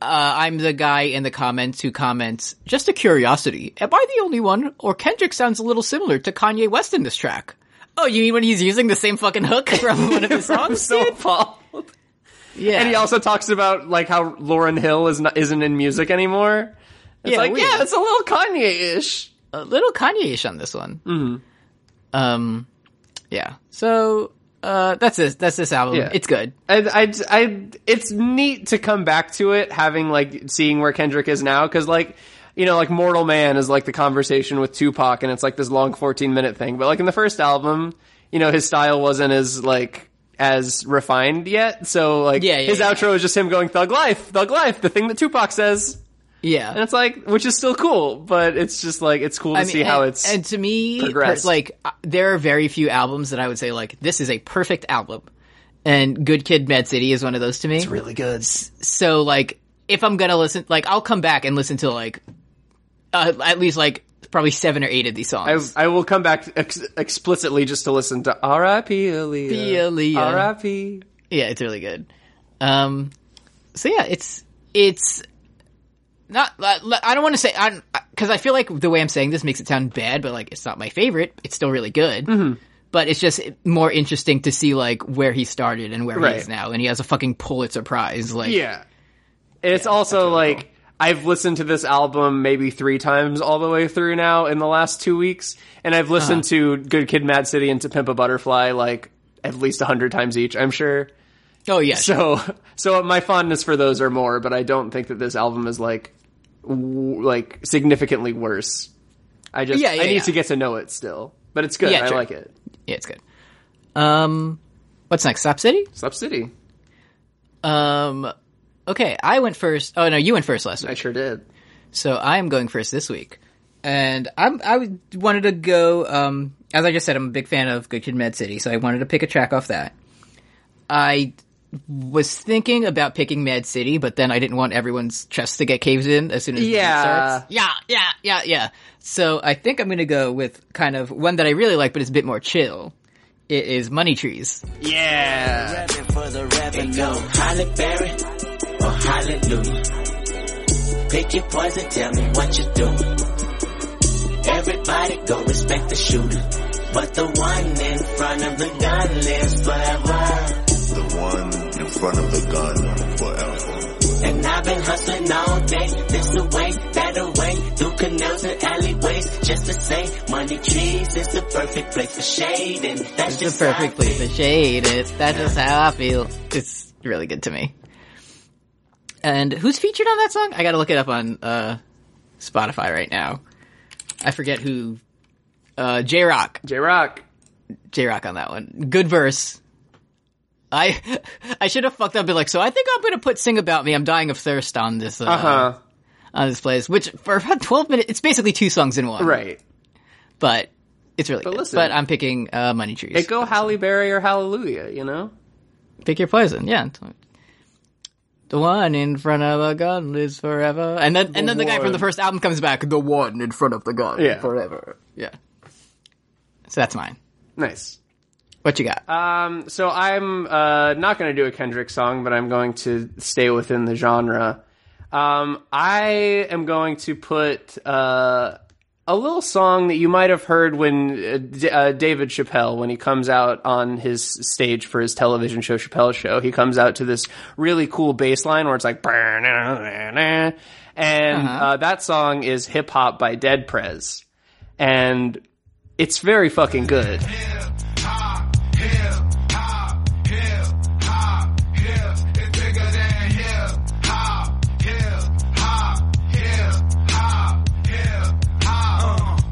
B: Uh, I'm the guy in the comments who comments, just a curiosity. Am I the only one? Or Kendrick sounds a little similar to Kanye West in this track. Oh, you mean when he's using the same fucking hook from one of his songs?
C: so
B: dude?
C: appalled.
B: Yeah.
C: And he also talks about like how Lauren Hill is not, isn't in music anymore. It's
B: Yeah,
C: like
B: weird.
C: yeah, it's a little Kanye-ish.
B: a little Kanye-ish on this one.
C: Mm-hmm.
B: Um, yeah. So uh, that's this. That's this album.
C: Yeah.
B: It's good.
C: I, I, I, it's neat to come back to it, having like seeing where Kendrick is now, because like you know, like Mortal Man is like the conversation with Tupac, and it's like this long fourteen minute thing. But like in the first album, you know, his style wasn't as like as refined yet, so like
B: Yeah, yeah,
C: his
B: yeah.
C: outro is just him going "Thug Life," "Thug Life," the thing that Tupac says.
B: Yeah.
C: And it's like, which is still cool, but it's just like it's cool to
B: I mean,
C: see how
B: and-
C: it's.
B: and to me,
C: progressed.
B: per- like uh, there are very few albums that I would say like this is a perfect album, and Good Kid, Mad City is one of those to me.
C: really good.
B: so like if I'm gonna listen, like I'll come back and listen to like uh, at least like probably seven or eight of these
C: I,
B: songs.
C: I will come back ex- explicitly just to listen to R.I.P. Aaliyah.
B: Aaliyah.
C: R.I.P.
B: Yeah, it's really good. Um, so yeah, it's it's not. I I don't want to say I because I feel like the way I'm saying this makes it sound bad, but like it's not my favorite. It's still really good,
C: Mm-hmm.
B: but it's just more interesting to see like where he started and where
C: Right.
B: he is now, and he has a fucking Pulitzer Prize. Like,
C: Yeah. And it's also like I've listened to this album maybe three times all the way through now in the last two weeks, and I've listened
B: Uh-huh.
C: to Good Kid, Mad City, and To Pimp a Butterfly like at least a hundred times each. I'm sure.
B: oh yeah,
C: So, so my fondness for those are more, but I don't think that this album is like, w- like significantly worse. I just,
B: Yeah, yeah,
C: I need
B: yeah.
C: to get to know it still, but it's good.
B: Yeah,
C: I
B: sure.
C: like it.
B: yeah, it's good. Um, what's next? Stop City.
C: Slap City.
B: Um, okay, I went first. Oh no, you went first last week.
C: I sure did.
B: So I am going first this week, and I'm I would- wanted to go. Um, as I just said, I'm a big fan of Good Kid, Mad City, so I wanted to pick a track off that. I was thinking about picking Mad City, but then I didn't want everyone's chest to get caved in as soon as the beat
C: Yeah.
B: starts. Yeah, yeah, yeah, yeah. So I think I'm going to go with kind of one that I really like, but it's a bit more chill. It is Money Trees.
C: Yeah.
A: Rapping for the revenue. Holly Berry or hallelujah. Pick your poison, tell me what you do. Everybody go respect the shooter. But the one in front of the gun lives forever.
D: The one in front of the gun forever.
A: And I've been hustling all day. This the way, that the way. Through canals and alleyways. Just to say, money trees is the perfect place for shading. That's
B: It's
A: just
B: the perfect
A: how I
B: place to shade it. That's just how I feel. It's really good to me. And who's featured on that song? I gotta look it up on uh, Spotify right now. I forget who. Uh, J Rock.
C: J Rock.
B: J Rock on that one. Good verse. I I should have fucked up. Been like, so I think I'm gonna put "Sing About Me." I'm dying of thirst on this uh,
C: Uh huh.
B: on this place, which for about 12 minutes, it's basically two songs in one.
C: Right.
B: but it's really. But good.
C: listen.
B: but I'm picking uh, Money Trees.
C: It go Halle Berry or Hallelujah. You know.
B: pick your poison. Yeah. The one in front of a gun lives forever. And then and then the guy from the first album comes back, the one in front of the gun
C: Yeah.
B: forever. Yeah. So that's mine.
C: Nice.
B: What you got?
C: Um, so I'm uh, not going to do a Kendrick song, but I'm going to stay within the genre. Um, I am going to put uh, a little song that you might have heard when uh, D- uh, David Chappelle, when he comes out on his stage for his television show, Chappelle Show, he comes out to this really cool bass line where it's like, and uh, that song is Hip Hop by Dead Prez. And it's very fucking good.
D: Uh,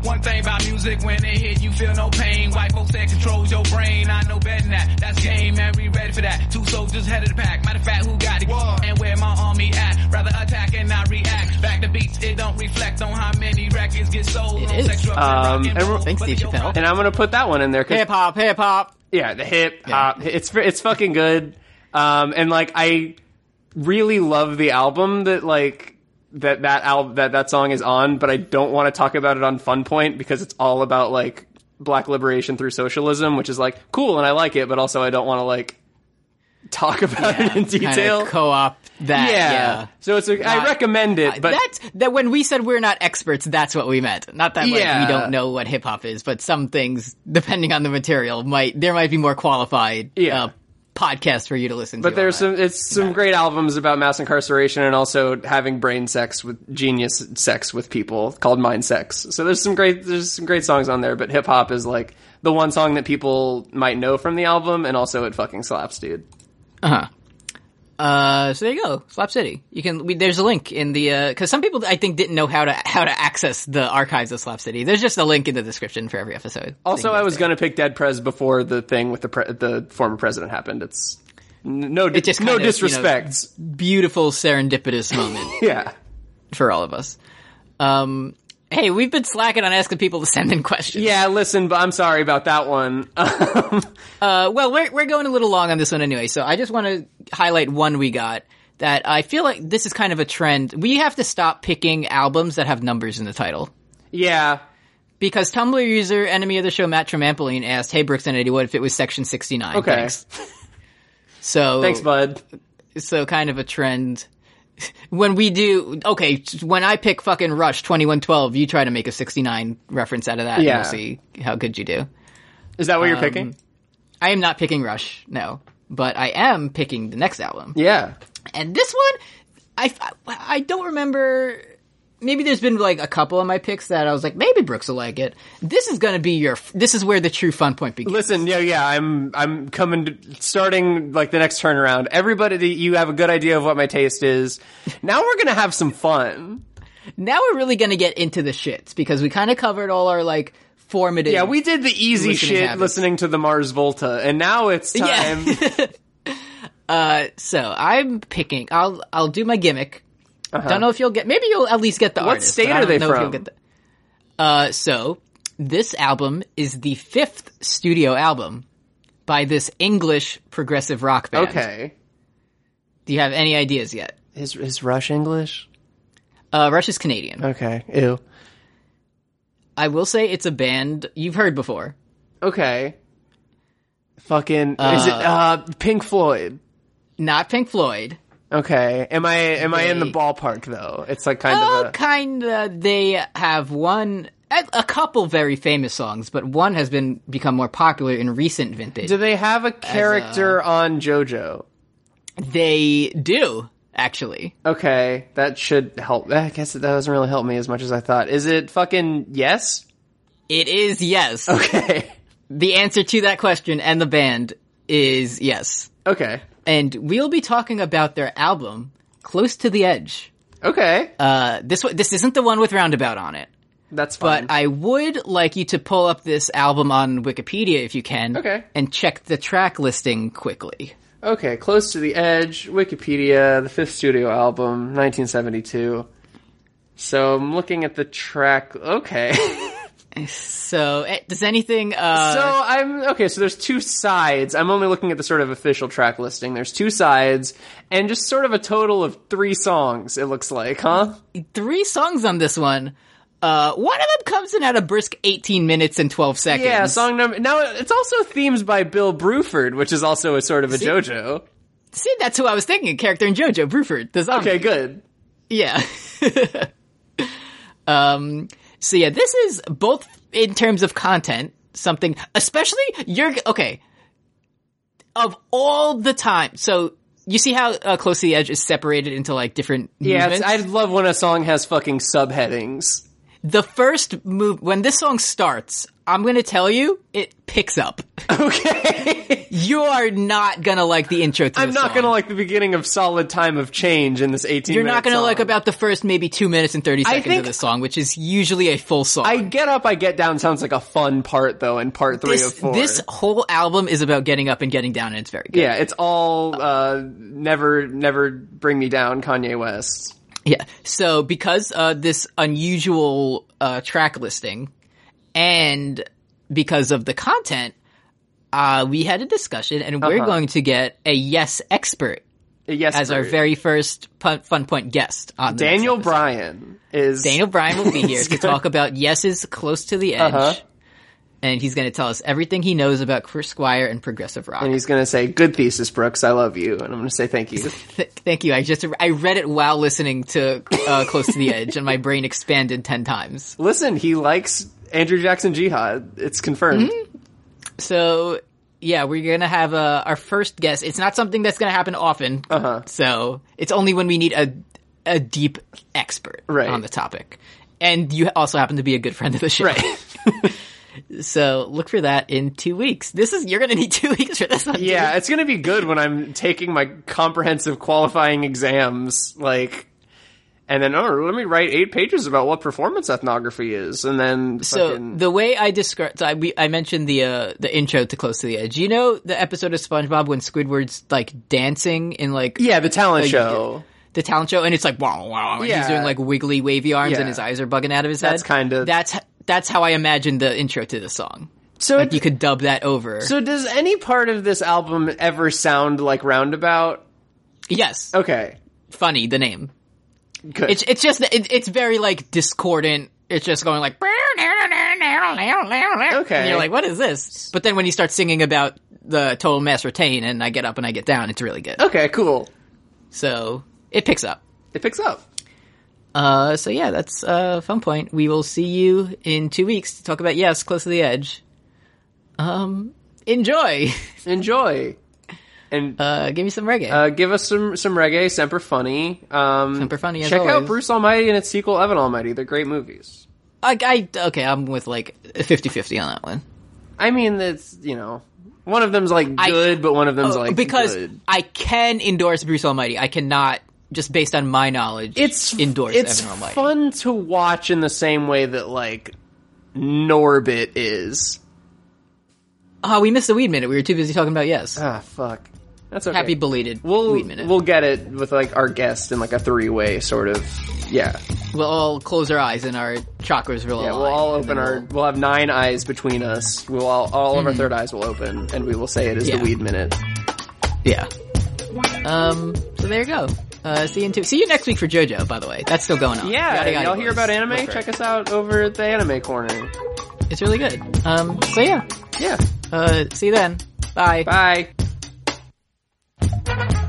D: One thing about music, when it hit, you feel no pain. White folks that controls your brain. I know better than that. That's game, man. We ready for that. Two soldiers head of the pack. Matter of fact, who got it? And where my army at? Rather attack and not react. Back to beats, it don't reflect on how many records get sold.
B: It
D: on
B: is.
D: sex, drugs,
C: Um,
D: and rock and
C: everyone-
D: roll.
B: Thanks,
D: But
B: Dave
D: your
B: Chappelle.
C: And I'm going to put that one in there 'cause
B: hip hop, hip hop.
C: Yeah, the hip hop. It's it's fucking good. Um, and like I really love the album that like that that al- that that song is on, but I don't want to talk about it on Fun Point because it's all about like black liberation through socialism, which is like cool and I like it, but also I don't want to like talk about it in detail.
B: Co op that.
C: yeah.
B: Yeah.
C: so it's like, I
B: Not-
C: recommend it, but
B: that's that when we said we're not experts, that's what we meant. Not that like,
C: Yeah.
B: we don't know what hip hop is, but some things, depending on the material, might there might be more qualified
C: Yeah.
B: uh, podcasts for you to listen to.
C: But
B: on
C: there's
B: that.
C: some it's some great albums about mass incarceration and also having brain sex with genius sex with people called mind sex. So there's some great there's some great songs on there, but hip hop is like the one song that people might know from the album and also it fucking slaps, dude.
B: Uh, so there you go, Slap City. You can we, there's a link in the because some people I think didn't know how to how to access the archives of Slap City. There's just a link in the description for every episode.
C: Also, I was
B: going
C: going to pick Dead Prez before the thing with the pre- the former president happened. It's n- no it
B: just kind
C: no
B: of, you know-
C: disrespect.
B: beautiful serendipitous moment.
C: yeah.
B: for all of us. Um, hey, we've been slacking on asking people to send in questions.
C: Yeah, listen, but I'm sorry about that one.
B: Uh, well, we're, we're going a little long on this one anyway, so I just want to highlight one we got that I feel like this is kind of a trend. We have to stop picking albums that have numbers in the title.
C: yeah.
B: Because Tumblr user, enemy of the show, Matt Trampoline asked, hey, Brooks and Eddie, what if it was Section 69?
C: Okay.
B: Thanks. So,
C: Thanks, bud.
B: so kind of a trend. When we do, okay, when I pick fucking Rush 2112, you try to make a 69 reference out of that.
C: Yeah.
B: And we'll see how good you do.
C: Is that what you're picking?
B: I am not picking Rush, no, but I am picking the next album.
C: Yeah.
B: And this one, I, I don't remember. Maybe there's been like a couple of my picks that I was like, maybe Brooks will like it. This is gonna be your. This is where the true fun point begins.
C: Listen, yeah, yeah, I'm I'm coming to, starting like the next turnaround. Everybody, you have a good idea of what my taste is. Now we're gonna have some fun.
B: Now we're really gonna get into the shits because we kind of covered all our like formative.
C: Yeah, we did the easy
B: Listening
C: shit,
B: habits.
C: listening to the Mars Volta, and now it's
B: Yeah.
C: time.
B: So I'm picking. I'll I'll do my gimmick. Don't know if you'll get. Maybe you'll at least get the.
C: Uh-huh. What
B: artist, but
C: state
B: I
C: are
B: don't
C: they
B: know if you'll
C: from?
B: get the- uh, so this album is the fifth studio album by this English progressive rock band.
C: okay,
B: Do you have any ideas yet?
C: is is Rush English?
B: Uh, Rush is Canadian.
C: Okay, ew.
B: I will say it's a band you've heard before.
C: Okay, fucking is it uh, Pink Floyd?
B: Not Pink Floyd.
C: Okay, am I am I in the
B: They-
C: ballpark though? It's like kind
B: Oh,
C: of a
B: kinda. They have one, a a couple very famous songs, but one has been become more popular in recent vintage.
C: do they have a character on JoJo?
B: They do. actually.
C: Okay, that should help. Eh, I guess that doesn't really help me as much as I thought. Is it fucking yes?
B: It is yes.
C: Uh. Okay.
B: The answer to that question and the band is yes.
C: Okay.
B: And we'll be talking about their album, Close to the Edge.
C: Okay.
B: Uh, this one- this isn't the one with Roundabout on it,
C: That's fine.
B: but I would like you to pull up this album on Wikipedia if you can.
C: Okay.
B: And check the track listing quickly.
C: okay, Close to the Edge, Wikipedia, the fifth studio album, 1972. So I'm looking at the track. Okay.
B: So, eh, does anything, uh,
C: so I'm okay. So there's two sides. I'm only looking at the sort of official track listing. There's two sides, and just sort of a total of three songs. It looks like, huh?
B: three songs on this one. Uh, one of them comes in at a brisk 18 minutes and 12 seconds.
C: Yeah, song number. Now it's also themes by Bill Bruford, which is also a sort of a JoJo.
B: See, that's who I was thinking. Character in JoJo, Bruford, the zombie.
C: Okay, good.
B: Yeah. um, so yeah, this is both in terms of content, something, especially you're, okay, of all the time. So you see how uh, Close to the Edge is separated into like different
C: Yeah, it's-
B: movements?
C: I love when a song has fucking subheadings.
B: the first move, when this song starts, I'm gonna tell you, it picks up.
C: Okay,
B: You are not gonna like the intro to
C: I'm
B: this
C: not
B: song.
C: gonna like the beginning of "Solid Time of Change" in this 18.
B: You're not
C: minute
B: gonna like
C: song.
B: about the first maybe two minutes and 30
C: I
B: seconds
C: think-
B: of this song, which is usually a full song.
C: I get up, I get down. Sounds like a fun part though, in part three
B: this,
C: of four.
B: this whole album is about getting up and getting down, and it's very good.
C: yeah, it's all uh, never, never bring me down, Kanye West.
B: Yeah. So because uh, this unusual uh, track listing, and because of the content, uh, we had a discussion, and we're
C: Uh-huh.
B: going to get a yes expert
C: Yes,
B: as our
C: Bert.
B: very first pun- fun point guest on the next
C: Daniel
B: episode.
C: Bryan is
B: Daniel Bryan will be here to talk about yeses close to the edge.
C: Uh-huh.
B: And he's going to tell us everything he knows about Chris Squire and progressive rock.
C: and he's gonna say, "Good thesis, Brooks. I love you," and I'm gonna say, "Thank you."
B: Th- thank you. I just I read it while listening to uh, Close to the Edge, and my brain expanded ten times.
C: Listen, he likes Andrew Jackson Jihad. It's confirmed.
B: Mm-hmm. So yeah, we're gonna have uh, our first guest. It's not something that's gonna happen often, uh-huh. so it's only when we need a a deep expert
C: Right.
B: on the topic. And you also happen to be a good friend of the show,
C: Right.
B: so look for that in two weeks. This is you're gonna need two weeks for this. one, dude.
C: Yeah, it's gonna be good when I'm taking my comprehensive qualifying exams, like, and then oh, let me write eight pages about what performance ethnography is, and then
B: So
C: fucking,
B: the way I describe, so I, we, I mentioned the uh, the intro to Close to the Edge. You know the episode of SpongeBob when Squidward's like dancing in like
C: yeah, the talent
B: you
C: show.
B: the talent show, and it's like wow wow, and he's
C: Yeah.
B: doing like wiggly wavy arms,
C: Yeah.
B: and his eyes are bugging out of his
C: That's
B: head.
C: kind of-
B: that's that's how I imagine the intro to the song.
C: So
B: Like
C: it-
B: you could dub that over.
C: so does any part of this album ever sound like Roundabout?
B: yes,
C: Okay,
B: funny the name.
C: good.
B: It's it's just it, it's very like discordant. It's just going like okay. And you're like, what is this? But then when you start singing about the total mass retain and I get up and I get down, it's really good.
C: okay, cool.
B: So it picks up.
C: It picks up.
B: Uh, so yeah, that's uh, fun point. We will see you in two weeks to talk about yes, close to the edge. Um, enjoy.
C: Enjoy, and
B: Uh, give me some reggae.
C: Uh, give us some some reggae, Semper Funny. Um,
B: Semper Funny, as
C: Check out
B: always.
C: Bruce Almighty and its sequel, Evan Almighty. They're great movies.
B: I, I okay, I'm with like 50-50 on that one.
C: I mean, it's you know, one of them's like
B: I-
C: good, but one of them's
B: Oh,
C: like
B: because
C: good.
B: I can endorse Bruce Almighty. I cannot just based on my knowledge.
C: It's
B: endorse
C: It's
B: Evan Almighty.
C: fun to watch in the same way that like Norbit is.
B: Oh, we missed the weed minute. We were too busy talking about yes.
C: Ah, fuck. That's okay.
B: Happy belated
C: We'll
B: weed minute.
C: we'll get it with like our guest in like a three way sort of yeah
B: We'll all close our eyes and our chakras will
C: yeah we'll
B: align,
C: all
B: and
C: open
B: then
C: our
B: we'll- Hmm.
C: we'll have nine eyes between us we'll all all of our third eyes will open and we will say it is
B: Yeah.
C: the weed minute
B: yeah. Um. So there you go. Uh, see you in two. See you next week for JoJo. By the way, that's still going on.
C: Yeah,
B: Yada, yada
C: y'all hear
B: boys.
C: about
B: Look
C: anime?
B: for
C: Check
B: it.
C: us out over at the Anime Corner.
B: It's really good. Um. So yeah.
C: Yeah.
B: Uh. See you then. Bye.
C: Bye.
E: Thank